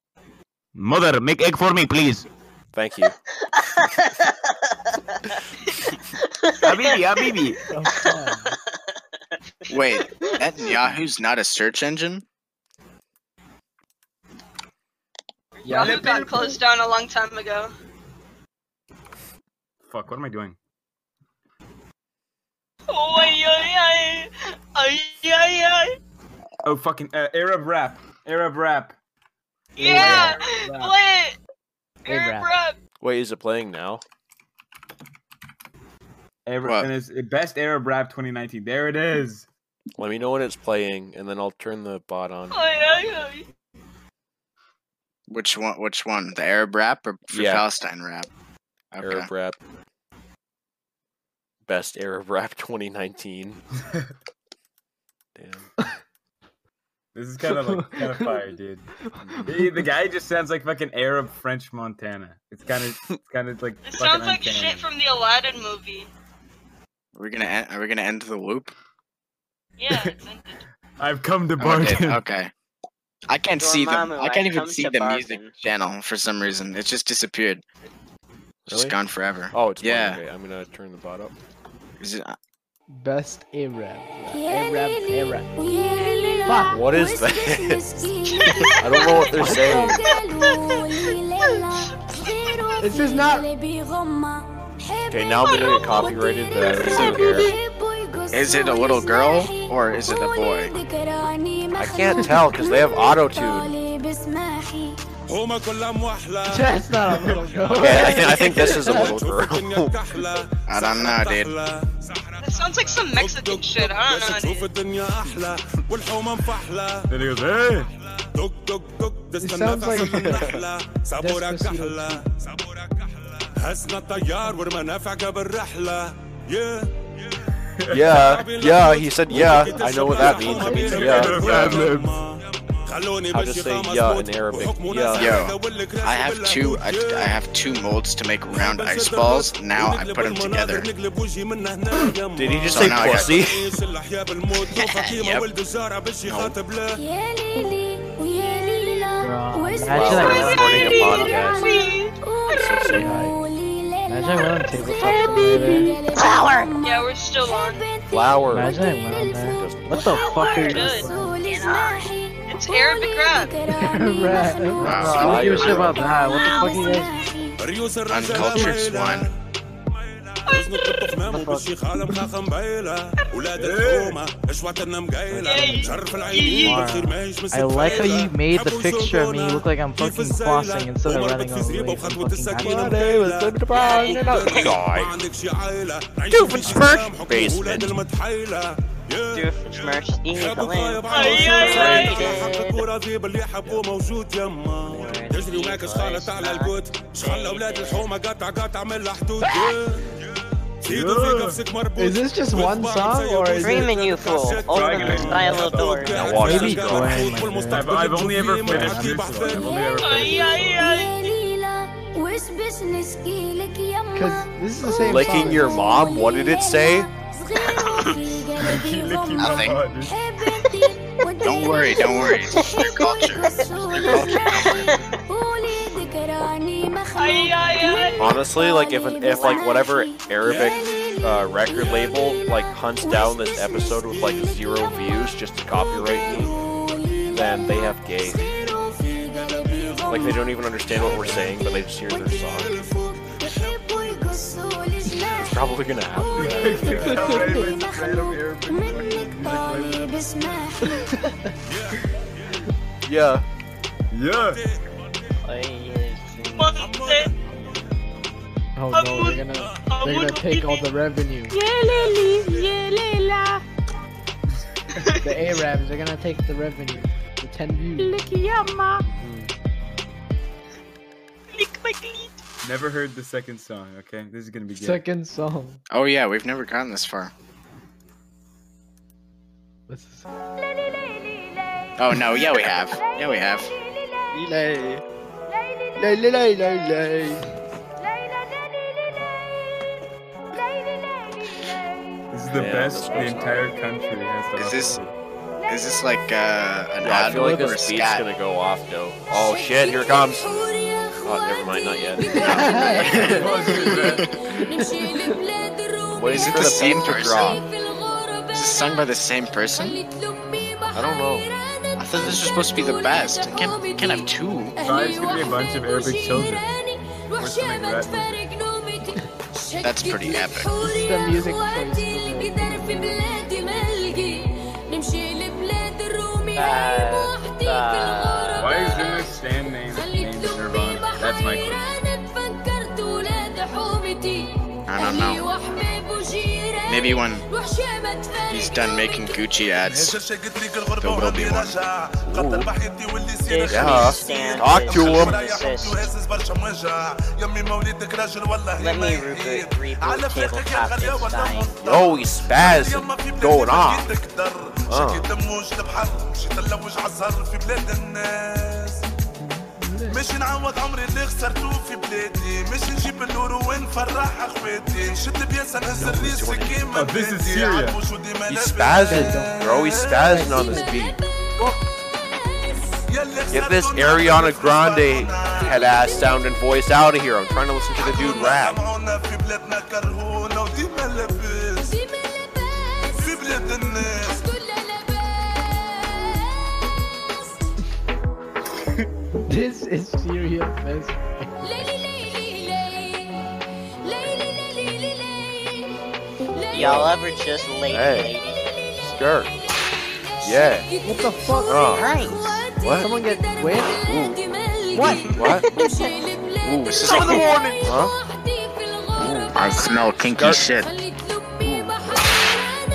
Mother, make egg for me, please.
Thank you.
Habibi, Habibi. Oh,
Wait, that Yahoo's not a search engine.
Yahoo got closed down a long time ago.
Fuck, what am I doing?
Oh, ay, ay, ay. Ay, ay, ay.
Oh, fucking uh, Arab rap. Arab rap.
Yeah,
Arab rap.
play it.
Hey,
Arab
rap.
rap.
Wait, is it playing now?
Arab, and it's it best Arab rap 2019. There it is.
Let me know when it's playing, and then I'll turn the bot on.
Ay, ay, ay.
Which one? Which one? The Arab rap or for
Yeah.
Palestine rap? Okay.
Arab rap. Best Arab rap 2019. Damn.
This is kind of like kind of fire, dude. The, the guy just sounds like fucking Arab French Montana. It's kind of it's kind of like.
It
fucking
sounds like
uncanny.
shit from the Aladdin movie.
Are we gonna end, are we gonna end the loop?
Yeah, it's ended.
I've come to
Okay.
bargain.
okay. I can't
Your
see them.
mama,
I can't
I've
even
come
see
to
the music channel for some reason. It's just disappeared. It's
Really?
just gone forever.
Oh, it's playing.
yeah.
Okay, I'm gonna turn the bot up.
Is it- uh,
Best Arab. Arab. Arab.
Fuck. What is this? I don't know what they're saying.
This is not.
Okay, now I'm gonna get copyrighted, but I don't really care.
Is it a little girl or is it a boy?
I can't tell because they have auto tune.
That's not a little girl.
Okay, I, thi- I think this is a little girl.
I don't know, dude.
That sounds like some Mexican shit. I don't know. dude.
Then he goes, hey.
It sounds like Despacito.
هسنا الطيار ورمى نفعك بالرحلة yeah.
Yeah, yeah, he said yeah. I know what that means. It means yeah.
Ad libs.
خلوني
How to
بشي
say
خامس
yeah
موت
in Arabic.
Yo,
Yeah.
I have two. I, I have two molds to make round ice balls. Now I put them together.
Did he just say pussy?
yep.
Imagine
Wow.
I went
Recording a
on table.
podcast.
Imagine I went on table. Flower.
Yeah, we're still on.
Flower.
Imagine I went on there. What the fuck are you
Good. It's Arabic rap.
Right. I don't give a shit about
Ah,
that. What the fuck are you guys?
Uncultured swine.
إيه. I like how you made the picture of me look like I'm fucking flossing instead of running away from fucking
Guy.
Doofenshmirtz.
Basement.
Doofenshmirtz.
طيب تجري وماكش خالط على القوت شغل اولاد الحومه قطع قطع من الحدود زيدوا في قفصك مربوط
Is this just one song or is
Screaming you fool. Open the style door.
Now
watch this, bro.
I've, I've only ever finished this one. I've only ever finished
Because this is the same
Licking
song.
your mom? What did it say?
Don't worry, don't worry. It's their culture. It's their culture.
Honestly, like if an, if like whatever Arabic uh, record label like hunts down this episode with like zero views just to copyright me, then they have gay. Like they don't even understand what we're saying, but they just hear their song. It's probably gonna happen. yeah.
Yeah.
Oh no, they're gonna, they're gonna take all the revenue. The Arabs are gonna take the revenue. The 10 views.
Never heard the second song. Okay, this is gonna be good.
Second song.
Oh yeah, we've never gotten this far.
This is
Oh no, yeah we have. Yeah we have.
This is the
Yeah,
best
this
the entire country has to
Is
offer.
this is this like uh, an
Yeah, I
ad
feel like
lib or a
this beat's
scat?
gonna go off though. Oh shit, here it comes. Oh, never mind, not yet.
Is
Wait
it
for
the
the
same
beat to drop.
person? Is this sung by the same person?
I don't know.
I thought this was supposed to be the best. I can't, I can't have two.
Guys, gonna be a bunch of Arabic children. Or something like that.
That's pretty epic.
the music choice.
Uh,
Why is there no stand name named Nirvana? That's my question.
I don't know. Maybe when he's done making Gucci ads, there will be one.
Yeah. Talk to him.
Let me reboot, reboot tabletop that's dying.
No, he's spazzing. Going off.
شكي دموج البحر مشيت نلوج عالزهر في بلاد الناس مش نعوض عمري اللي خسرته في بلادي مش نجيب اللور ونفرح اخواتي نشد بياسة نهز الريس كيما
Oh, this is
بلادي.
Syria.
عاد وجودي ما
He's
لاباس.
spazzing, bro. He's spazzing on this beat.
يلي
Get this Ariana Grande head ass sound and voice out of here. I'm trying to listen to the dude rap.
خسرنا في بلادنا كرهونا وديما لاباس في بلاد الناس
This is serious. This
Y'all ever just late
Hey.
lady?
Sure. Yeah.
What the fuck?
Oh. What?
Someone get whipped?
What?
What?
Ooh, this is
Top of the
like,
morning!
Huh?
I smell kinky shit.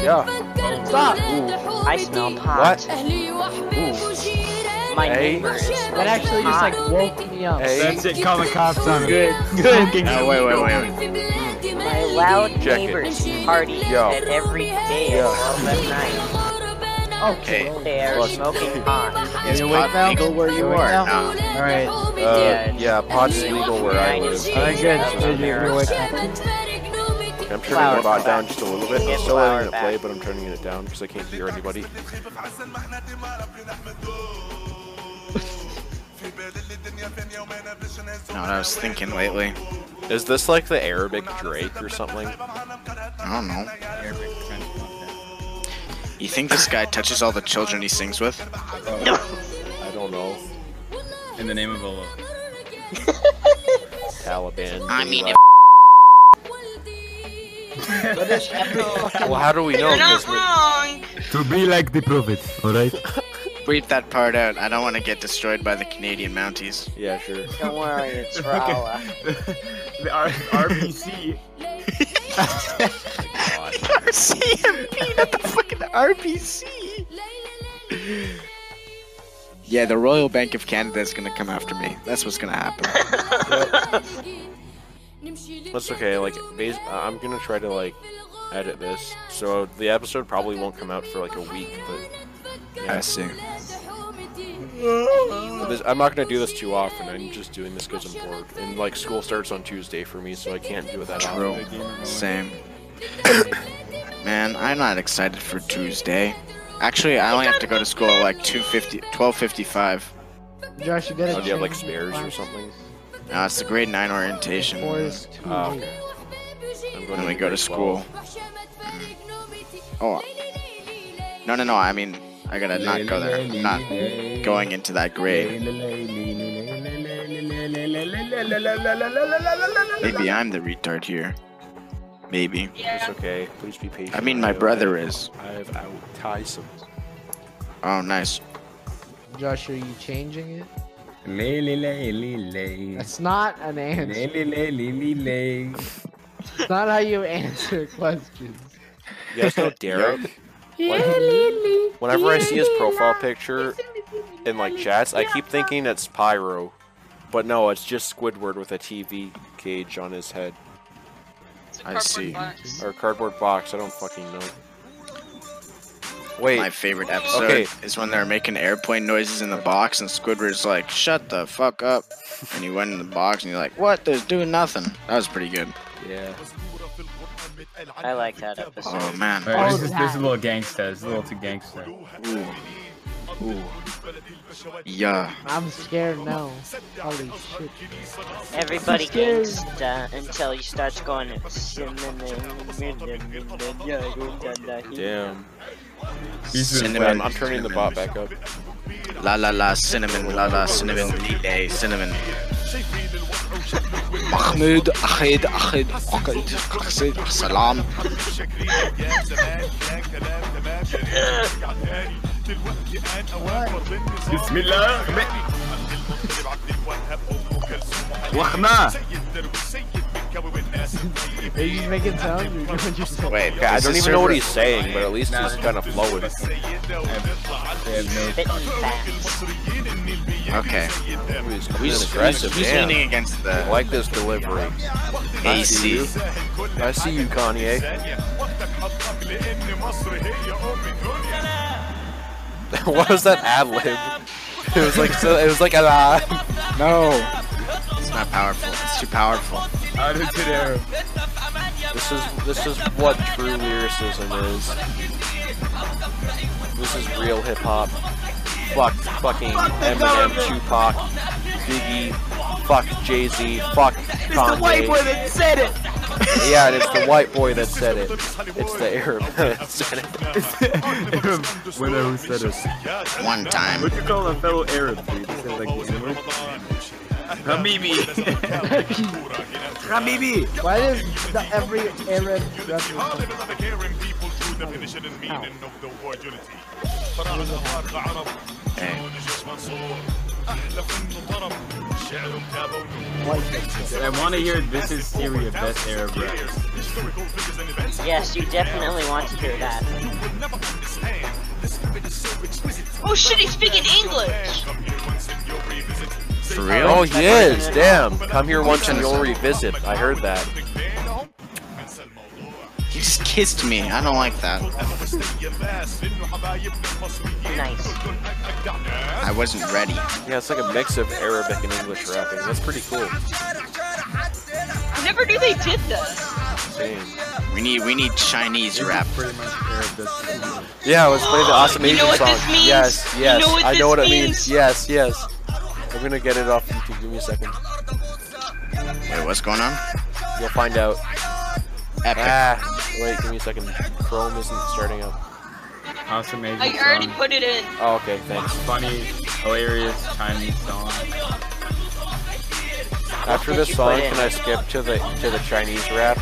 Yeah.
Stop! I smell pot.
What?
My
Hey.
neighbor is
That actually just like woke me up.
Hey.
That's it, call the cops on him.
Good, good.
No, wait, wait, wait, wait.
My loud
Check it.
neighbors party
Yo.
every day
Yo.
at 12 at night.
Okay.
They are smoking pot.
Is pot legal where you are? Nah.
Alright.
Uh, yeah, pot's legal where I live.
Alright, good.
I'm turning the pot down just a little bit. I'm still letting it play, but I'm turning it down because I can't hear anybody.
Know what I was thinking lately?
Is this like the Arabic Drake or something?
I don't know. You think this guy touches all the children he sings with?
No. I don't know.
In the name of Allah.
Taliban.
I mean,
Iraq. well, how do we know?
You're not
'Cause we-
wrong.
To be like the Prophet, alright? Bleep that part out. I don't want to get destroyed by the Canadian Mounties.
Yeah, sure.
Don't worry, it's for Allah.
The R- RBC.
RCMP, not the fucking RPC.
Yeah, the Royal Bank of Canada is gonna come after me. That's what's gonna happen.
That's okay. Like, bas- I'm gonna try to like edit this, so the episode probably won't come out for like a week. But yeah.
I see.
This- I'm not gonna do this too often. I'm just doing this because I'm bored, and like school starts on Tuesday for me, so I can't do it that
True.
often.
Same. Man, I'm not excited for Tuesday. Actually, I only have to go to school at like 2.50, 12.55.
Josh, you gotta.
Oh, do you have like
change
spares or
class.
something?
Uh, it's the grade 9 orientation.
Four is too
Oh,
late.
okay. I'm
When we
into
go to
grade
school.
12.
Oh. No, no, no. I mean, I gotta not go there. I'm not going into that grade. Maybe I'm the retard here. Maybe.
It's okay. Please be patient.
I mean, my brother is.
I have out Tyson.
Oh, nice.
Josh, are you changing it?
Lay, lay, lay, lay, lay.
That's not an
Lay,
answer.
lay, lay, lay, lay, lay.
It's not how you answer questions.
You guys know Derek? Whenever I see his profile picture in like chats, I keep thinking it's Pyro, but no, it's just Squidward with a TV cage on his head
I see.
or cardboard box. I don't fucking know. Wait.
My favorite episode
Okay.
is when they're making airplane noises in the box, and Squidward's like, "Shut the fuck up," and he went in the box, and you're like, "What? There's doing nothing." That was pretty good.
Yeah.
I like that episode.
Oh man.
Alright, this, is, this is a little gangsta. This is a little too gangsta.
Yeah.
I'm scared now. Holy shit.
Everybody
I'm scared.
gets uh, until he starts going. Damn.
Damn.
He's been
Wait, I'm, I'm turning the bot back up.
La la la cinnamon, la la cinnamon, lay cinnamon. Mahmoud, Ahid, Ahid, Ahid, Ahid, Salam.
بسم الله
وخنا
Are you just making sounds or doing yourself?
Wait,
Okay, I
is
don't
this
even know what
server-
he's saying, but at least he's kind of flowing.
Okay.
He's
Who's,
aggressive,
who's, who's
damn.
leaning against
I
the
like this delivery. I see
AC?
you. I see you, Kanye. what was that ad lib? It was like so. It was like a.
No. It's not powerful. It's too powerful.
How did it air?
This is this is what true lyricism is. This is real hip hop. Fuck fucking Eminem, Tupac, Biggie, fuck Jay Z, fuck Kanye.
that said it.
Yeah, and it's the white boy that said it. It's the Arab that said it.
Winner who said it.
One time.
What you call a fellow Arab, dude? Is it like the Arab?
Habibi. Habibi.
Why does the, every Arab represent
Hey.
white people?
I want to hear this is Syria best Arab rap.
Yes, you definitely want to hear that.
Oh shit, he's speaking English.
For
Oh,
real?
he is. Damn. Come here once and you'll revisit. I heard that.
You just kissed me. I don't like that.
Nice.
I wasn't ready.
Yeah, it's like a mix of Arabic and English rapping. That's pretty cool.
I never knew they did this.
We need we need Chinese rap.
Yeah, let's play the awesome
You
Asian
know what
song.
this means?
Yes,
You
yes.
know what
I
this
know what it
means?
means. Yes, yes. I'm gonna get it off YouTube. Give me a second.
Wait, what's going on?
You'll find out.
Epic.
Ah, wait, give me a second. Chrome isn't starting up.
Awesome Asian
I already
song.
put it in.
Oh, okay, thanks.
Funny, hilarious Chinese song.
After this song, can I skip to the to the Chinese rap?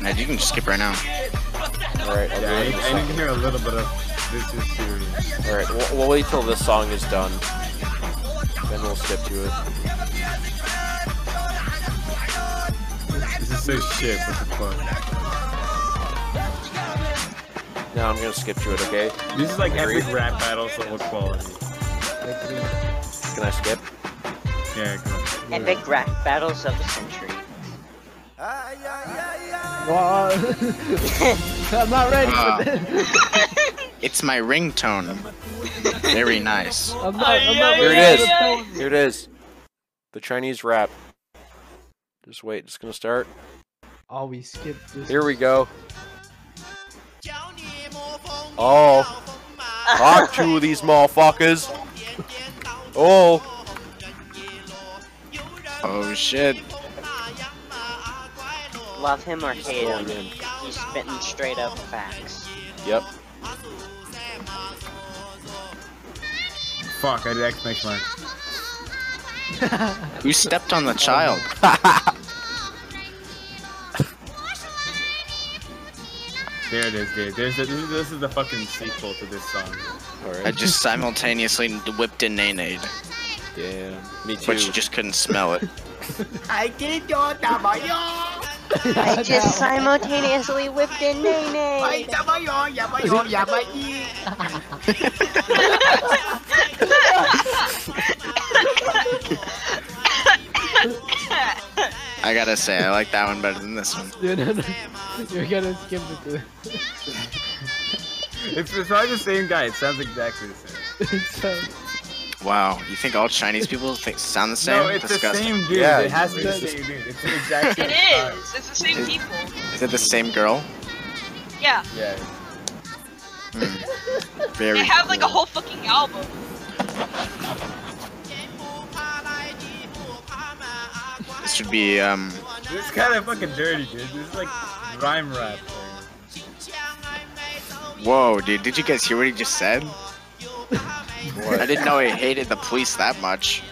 Nah, you can skip right now.
Alright, I'll
Yeah, I
do it
need,
in a
I need to
second.
hear a little bit of this is serious.
Alright, we'll, we'll wait till this song is done. Then we'll skip to it.
This is so shit. What the fuck?
No, I'm gonna skip to it, okay?
This is like
Agree?
epic rap battles level quality.
Can I skip?
Yeah,
Epic rap battles of the century.
I'm not ready
Ah.
for this.
It's my ringtone. Very nice.
I'm not, I'm not
Here it
ready for this.
is. Here it is. The Chinese rap. Just wait, it's gonna start.
Oh, we skipped this.
Here we go. Oh. Talk to these motherfuckers. Oh.
Oh shit.
Love him or hate
going
him, he's spitting straight up facts.
Yep.
Fuck, I did exclamation mark.
Who stepped on the child?
There it is, dude. There's the, this, is, this is the fucking sequel to this song.
I just simultaneously whipped a nanade.
Yeah, me too.
But you just couldn't smell it.
I did your I just simultaneously whipped in Nene.
I gotta say, I like that one better than this one.
Dude, no, no. You're gonna skip it. Dude.
It's, it's probably the same guy. It sounds exactly the same.
so,
Wow, you think all Chinese people think sound the same?
No, it's
Disgusting.
the same dude. it has to be the same dude. It's the exact
It
same guy.
is. It's the same people.
Is it the same girl?
Yeah.
Yeah.
Very.
they have like a
cool.
whole fucking album.
This should be um.
This is kind of fucking dirty, dude. This is like rhyme rap.
Whoa, dude! Did you guys hear what he just said? I didn't know he hated the police that much.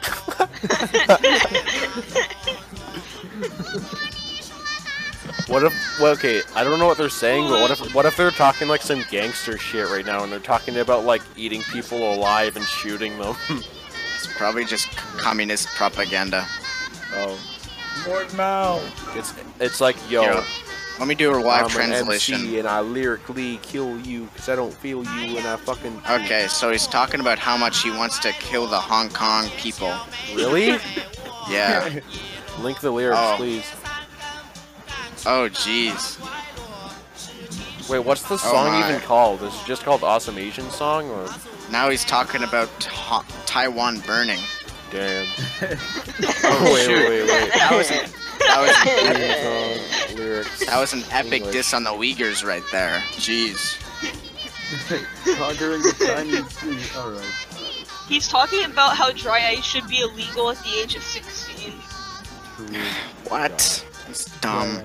What if? Well, okay, I don't know what they're saying, but what if? What if they're talking like some gangster shit right now, and they're talking about like eating people alive and shooting them?
It's probably just communist propaganda.
oh,
Lord Mao.
it's it's like yo.
Yo, let me do a live
I'm An
translation.
MC and I lyrically kill you because I don't feel you, and I fucking
Okay, so he's talking about how much he wants to kill the Hong Kong people.
really.
Yeah.
Link the lyrics,
Oh.
please.
Oh, jeez. Oh
Wait, what's the song
my.
even called? Is it just called Awesome Asian Song or?
Now he's talking about Ta- Taiwan burning.
Damn.
Oh,
wait,
shoot.
wait, wait.
That was, an, that,
Asian song lyrics.
was, that was an epic
English.
diss on the Uyghurs right there. Jeez.
Conquering the Chinese sea. Alright.
He's talking about how dry ice should be illegal at the age of 16.
What? It's dumb.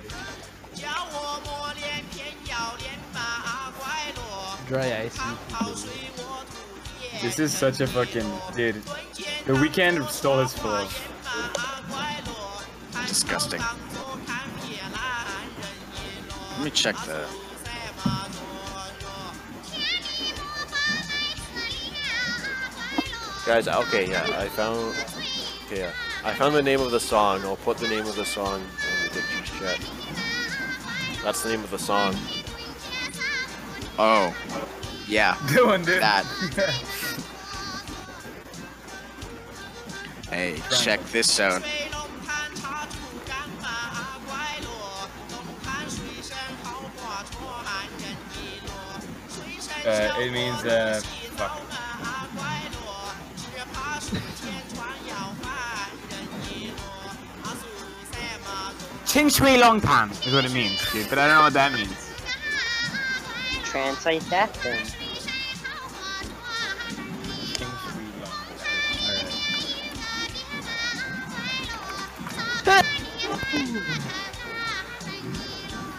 dry ice. you
This is such a fucking dude. The weekend stole his flow.
Disgusting.
Uh,
Let me check the.
Guys, okay, yeah, I found. Okay, yeah. I found the name of the song. I'll put the name of the song in the Diction's chat. That's the name of the song.
Oh. Yeah.
Good one, dude.
That. Hey, check this out.
Uh, it means uh, fuck.
Ching Shui Long Tan is what it means, dude, but I don't know what that means.
Translate that then.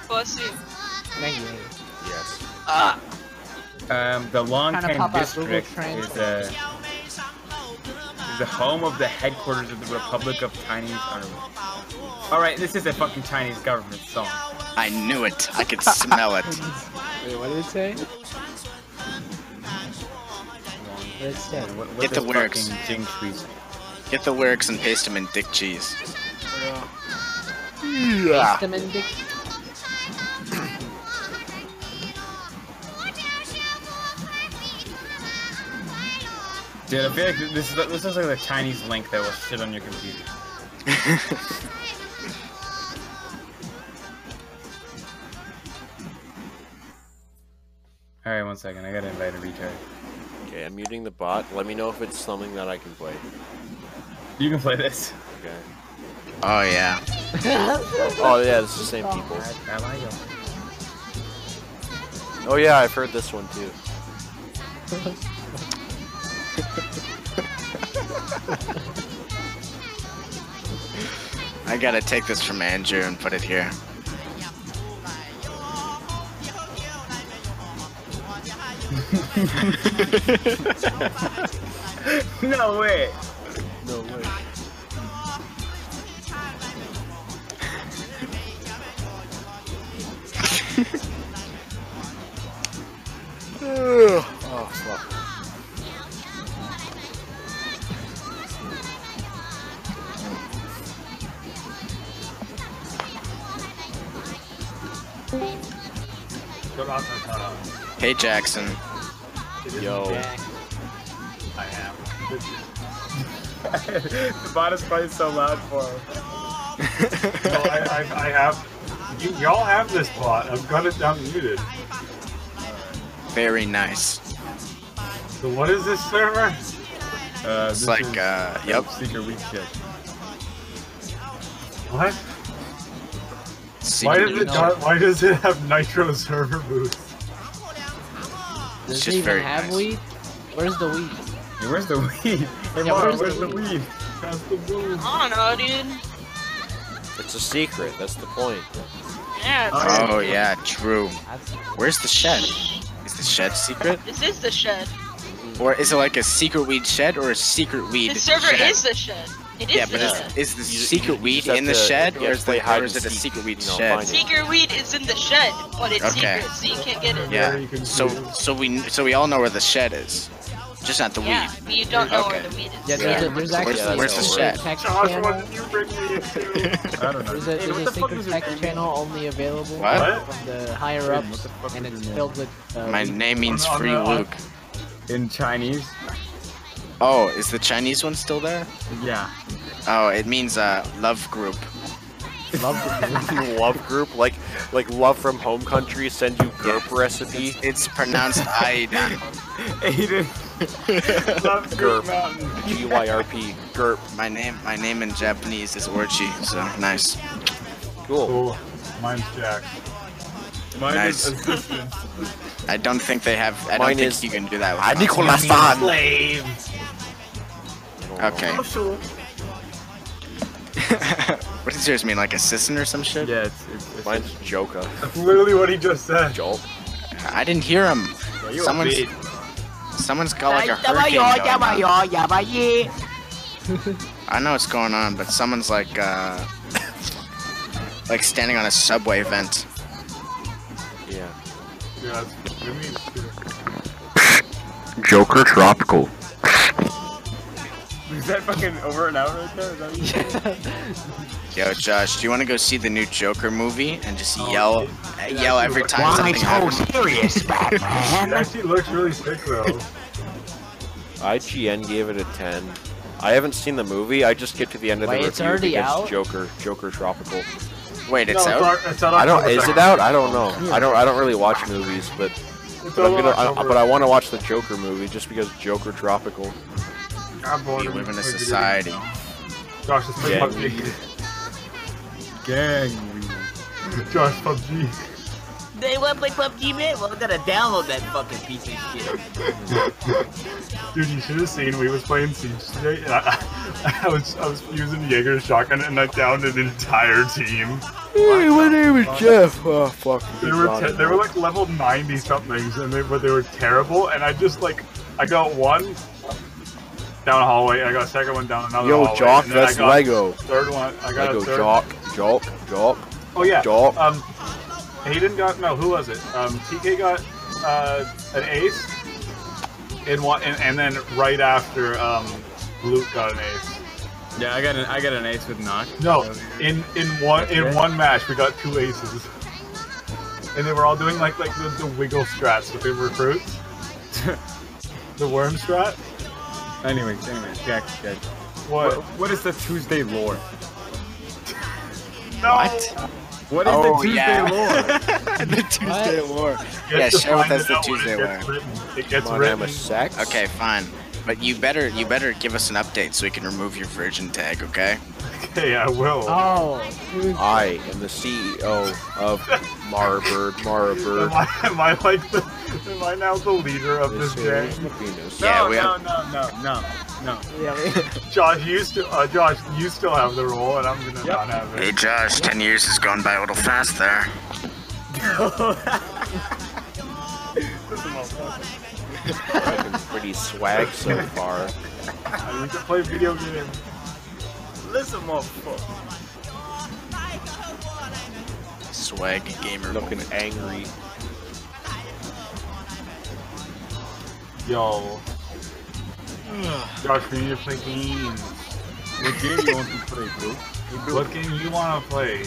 Pussy.
Yes.
Ah.
Um, the Long
Kinda
Tan
pop up Google
district is uh,
Translate.
is the home of the headquarters of the Republic of Chinese Army. All right, this is a fucking Chinese government song.
I knew it. I could smell it.
Wait, what did it say? Let's say.
What
Get the
does
works.
fucking Jing Shui say?
Get the works and paste them in dick cheese.
Paste them in dick.
Dude, I feel like this is this is like the Chinese link that will shit on your computer. All right, one second. I gotta invite a retard.
Okay, I'm muting the bot. Let me know if it's something that I can play.
You can play this.
Okay.
Oh yeah.
oh yeah, it's the same people.
I like them.
Oh yeah, I've heard this one too.
I gotta take this from Andrew and put it here.
no way.
No way. oh fuck.
Hey Jackson.
Yo.
I am. the bot is probably so loud for him.
No, I, I, I have. You, y'all have this plot. I've got it down muted.
Very nice.
So what is this server?
Uh,
It's like uh, yep.
Secret weak shit.
What?
See,
Why does
you
it
know-
not, Why does it have Nitro server boots?
Does
just
it even
very
have
nice.
weed? Where's the weed?
Hey, where's the weed? Hey,
Yeah,
Mara,
where's
where's,
the
the
weed?
weed?
I
Oh,
don't know, dude.
It's a secret. That's the point.
Yeah. it's-
Oh yeah, true. Where's the shed? Is the shed secret,
This is the shed.
or is it like a secret weed shed, or a secret weed?
This server
shed?
is the shed. It is
Yeah,
the
but
shed.
is, is the secret weed
have
in the
to-
shed,
you
or
have
is,
to play
the,
hide
or is
and
it a
seek,
secret weed
you know,
shed?
find
Secret weed is in the shed, but it's
Okay.
secret, so you can't get it.
Yeah. So so we so we all know where the shed is, just not the
Yeah,
weed.
but you don't know
okay.
where the weed is.
Yeah, there's, a, there's
So
actually
where's, where's
a
the shed?
sex
Josh,
channel.
what did you bring me into?
I don't know.
There's a,
Hey,
there's
what
a
the fuck
secret
is your
sex
name?
channel only available
What?
from the higher ups, and it's filled with. Uh,
My
weed.
name means
Um, on the-
free
on-
Luke.
In Chinese?
Oh, is the Chinese one still there?
Yeah.
Oh, it means uh love group.
Love group. love group, like like love from home country. Send you GURP recipe.
It's pronounced I.
Aiden. Love
Gurp.
Green Mountain.
G Y R P. GURP.
My name my name in Japanese is Orchi, so nice.
Cool.
Mine's Jack.
Mine
Nice.
is assistance.
I don't think they have. I
Mine
don't think
is-
you can do that.
Ah,
With
Nicolas Fan.
Oh,
Okay.
Social.
What does yours mean? Like assistant or some shit?
Yeah, it's, it's, it's
Mine's Joka.
That's literally what he just said.
Jolt.
I didn't hear him.
Yeah, you a
Someone's
bitch.
someone's got like a hurricane going on. I know what's going on, but someone's like uh like standing on a subway vent.
Yeah.
Yeah, that's what we mean.
Joker Tropical.
Is that fucking over and out right there? Is that what you
Yo, Josh, do you want to go see the new Joker movie and just
Oh,
yell yell every time something happens?
serious,
He actually looks really sick though.
IGN gave it a 10. I haven't seen the movie. I just get to the end of
Wait,
the
it's
review
already
because
out?
Joker, Joker Tropical.
Wait, it's
no,
out.
It's out, it's out
I don't.
October
Is it
2nd.
out? I don't know. I don't. I don't really watch movies, but But, I'm gonna, I, but I want to watch the Joker movie just because Joker tropical.
We live in a society.
Josh, let's play
Yeah,
PUBG. Gang. Josh, PUBG.
They want to play PUBG, man? Well, I gotta download that fucking piece of shit.
Dude, you should have seen we was playing Siege today, and I, I was I was using Jaeger's shotgun, and I downed an entire team.
Hey, my name is Jeff. Oh, fuck.
They were te- they were like level ninety somethings, and they but they were terrible. And I just like I got one down a hallway, I got a second one down another
Yo,
hallway.
Jock,
and then I
that's
got
Lego.
Third one, I got
Lego
a third.
Jock, Jock, Jock.
Oh yeah.
Jock.
Um, Hayden got no. Who was it? Um, TK got uh, an ace, in one, and, and then right after um, Luke got an ace.
Yeah, I got an I got an ace with knock.
No, in in one in
Yeah.
one match we got two aces, and they were all doing like like the, the wiggle strats with their recruits, the worm strat.
Anyways, anyways, Jack, Jack.
What?
What is the Tuesday lore?
No.
What is
Oh,
the Tuesday
yeah.
lore?
the Tuesday lore.
You
Yeah,
have to
share with
find
us
it
the
out when it
Tuesday lore.
gets written. It gets Come on, written. I'm a sex.
Okay, fine. But you better you better give us an update so we can remove your virgin tag, okay?
Okay, I will.
Oh. I am the CEO E of Marbird,
Am
Marbird.
I, am I like the? Am I now the leader of this gang?
Yeah,
No,
we
no,
have-
no, no, no, no. Josh, you still, uh, Josh, you still have the role, and I'm gonna not have it.
Hey Josh, ten years has gone by a little fast there.
Uh,
Fucking pretty swag so far.
I need to play video games.
Listen, motherfucker.
Swag gamer.
Looking angry.
Yo. Josh, we need to play games.
What game you want to play, bro? Hey, bro.
What game you wanna play?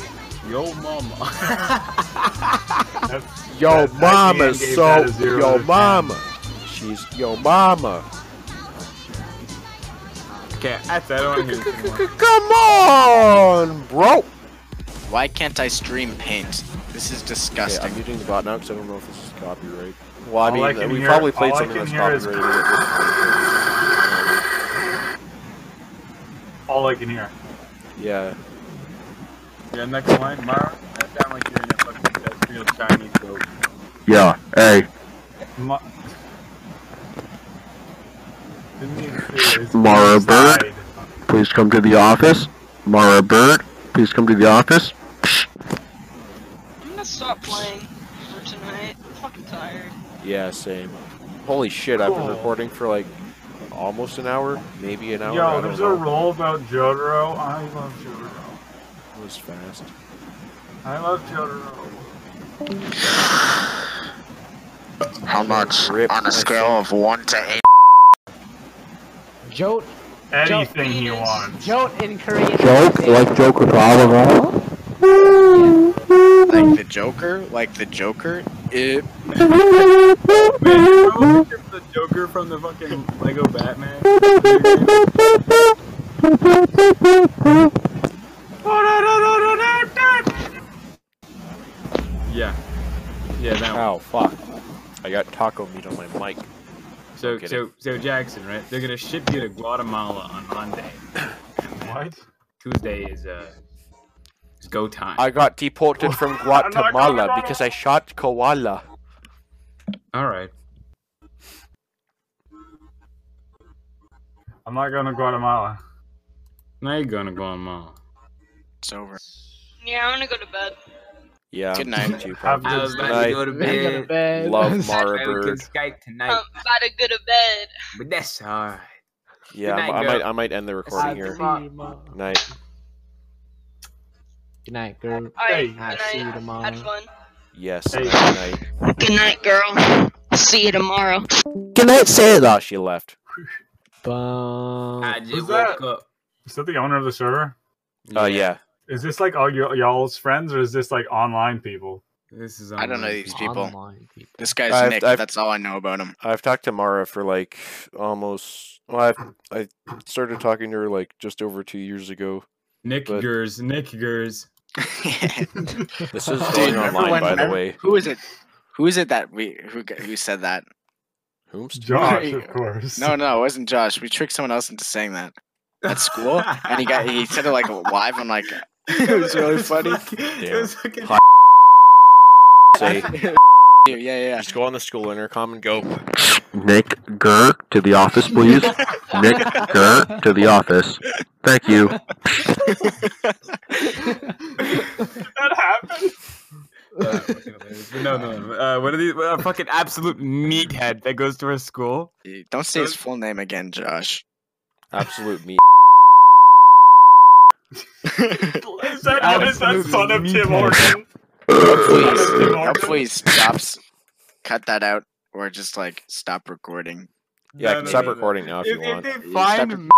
Yo, mama.
That's-
Yo,
that- that
mama,
game gave that
so
a zero out
yo,
of
mama. She's yo, mama.
Okay, that's I don't hear it anymore.
Come on, bro.
Why can't I stream paint? This is disgusting.
I'm muting the bot now because I don't know if this is copyright. Well, I
All
mean,
I
uh,
can
we
hear-
probably played
all I can
something that's
hear is-
copyrighted. at this point.
All I can hear.
Yeah.
Yeah, next line, Mara. That sound like you're in a fucking industrial Chinese boat.
Yeah, hey,
Ma- Didn't even hear it.
Mara Bird, please come to the office. Mara Bird, please come to the office. Psh,
I'm gonna stop playing for tonight. I'm fucking tired.
Yeah, same. Holy shit, I've been
Cool.
recording for like almost an hour, maybe an hour. I
Yo,
don't
there's a
know.
role about Jotaro. I love Jotaro.
It was fast.
I love Jotaro.
How much on a scale of one to eight?
Jote.
Anything he wants.
Jote in Korean.
Joke, like Joker for all of all.
Like the Joker? Like the Joker? It
The Joker from the fucking Lego Batman. Yeah. Yeah, that one.
Ow, Oh, fuck. I got taco meat on my mic.
So,
Get
so, so Jackson, right? They're gonna ship you to Guatemala on Monday.
What?
Tuesday is uh, it's go time.
I got deported from Guatemala because I shot koala.
All right.
I'm not going to Guatemala.
Now you're going to Guatemala.
It's over.
Yeah, I'm gonna go to bed.
Yeah.
Good night.
me too, probably.
I
was about to
Night.
go to bed.
Love
I can
Marbird.
Skype tonight,
I'm about to go to bed.
but that's alright.
Yeah,
Good night,
I, I
girl.
might, I might end the recording here.
Uh,
Night.
Good night, girl.
Alright,
I'll
good
see you
night.
tomorrow.
Had fun.
Yes. Good night.
Good night, girl. See you tomorrow.
Good night, Sarah. Ah, She left.
I just
Who's
woke
that?
up.
Is that the owner of the server?
Oh yeah.
Is this like all y- y'all's friends, or is this like online people?
This is
I don't know these people.
Online people.
This guy's
I've-
Nick.
I've-
That's all I know about him.
I've talked to Mara for like almost. Well, I I started talking to her like just over two years ago.
Nick
But-
Gers, Nick Gers.
This
Dude,
is going
remember
online,
when-
by the
remember-
way.
Who is it? Who is it that we who g- who said that?
Whoops.
Josh, of course.
No, no, it wasn't Josh. We tricked someone else into saying that at school, and he got he said it like live on like. It was really funny.
Damn. Hi, Say, yeah,
yeah.
Just go on the school intercom and go.
Nick Gurr to the office, please. Nick Gurr to the office. Thank you.
that happened.
Uh, no, no, no. Uh, what are these? A fucking absolute meathead that goes to her school.
Don't say his full name again, Josh.
Absolute meat.
Is that, what is that son of Tim Horton?
please, oh, please stop. s- Cut that out, or just like stop recording.
Yeah, I can stop recording now if you
If-
want.
if they find
me,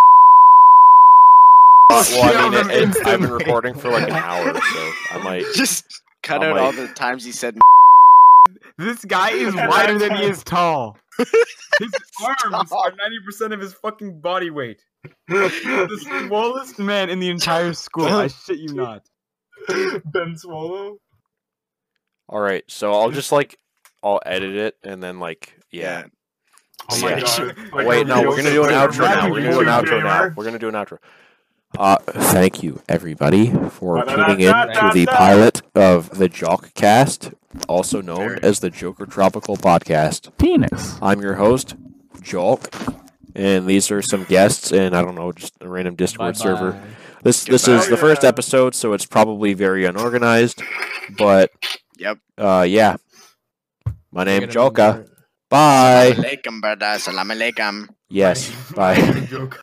well, I mean, it, it- I've been recording for like an hour, so I might
just Cut
I
out
might,
all the times he said.
This guy is wider than he is tall.
His arms are ninety percent of his fucking body weight.
the smallest man in the entire school. I shit you not.
Ben Swallow.
All right, so I'll just like I'll edit it and then like yeah.
Oh my
Yeah.
God. Like
Wait,
a
no, we're
real
gonna do an outro
subscriber
now. We're gonna do an
YouTube
outro now.
gamer.
We're gonna do an outro. Uh, thank you everybody for tuning in to the
Ba-da-da-da-da-da.
pilot of the Jock Cast, also known as the Joker Tropical Podcast.
Penis.
I'm your host, Jock, and these are some guests and I don't know, just a random Discord
Bye-bye.
server. This this is the first episode, so it's probably very unorganized, but
Yep.
uh, yeah. My name
gonna
Joka. Bye.
Alaikum, brother. Salam alaikum.
Yes. Bye.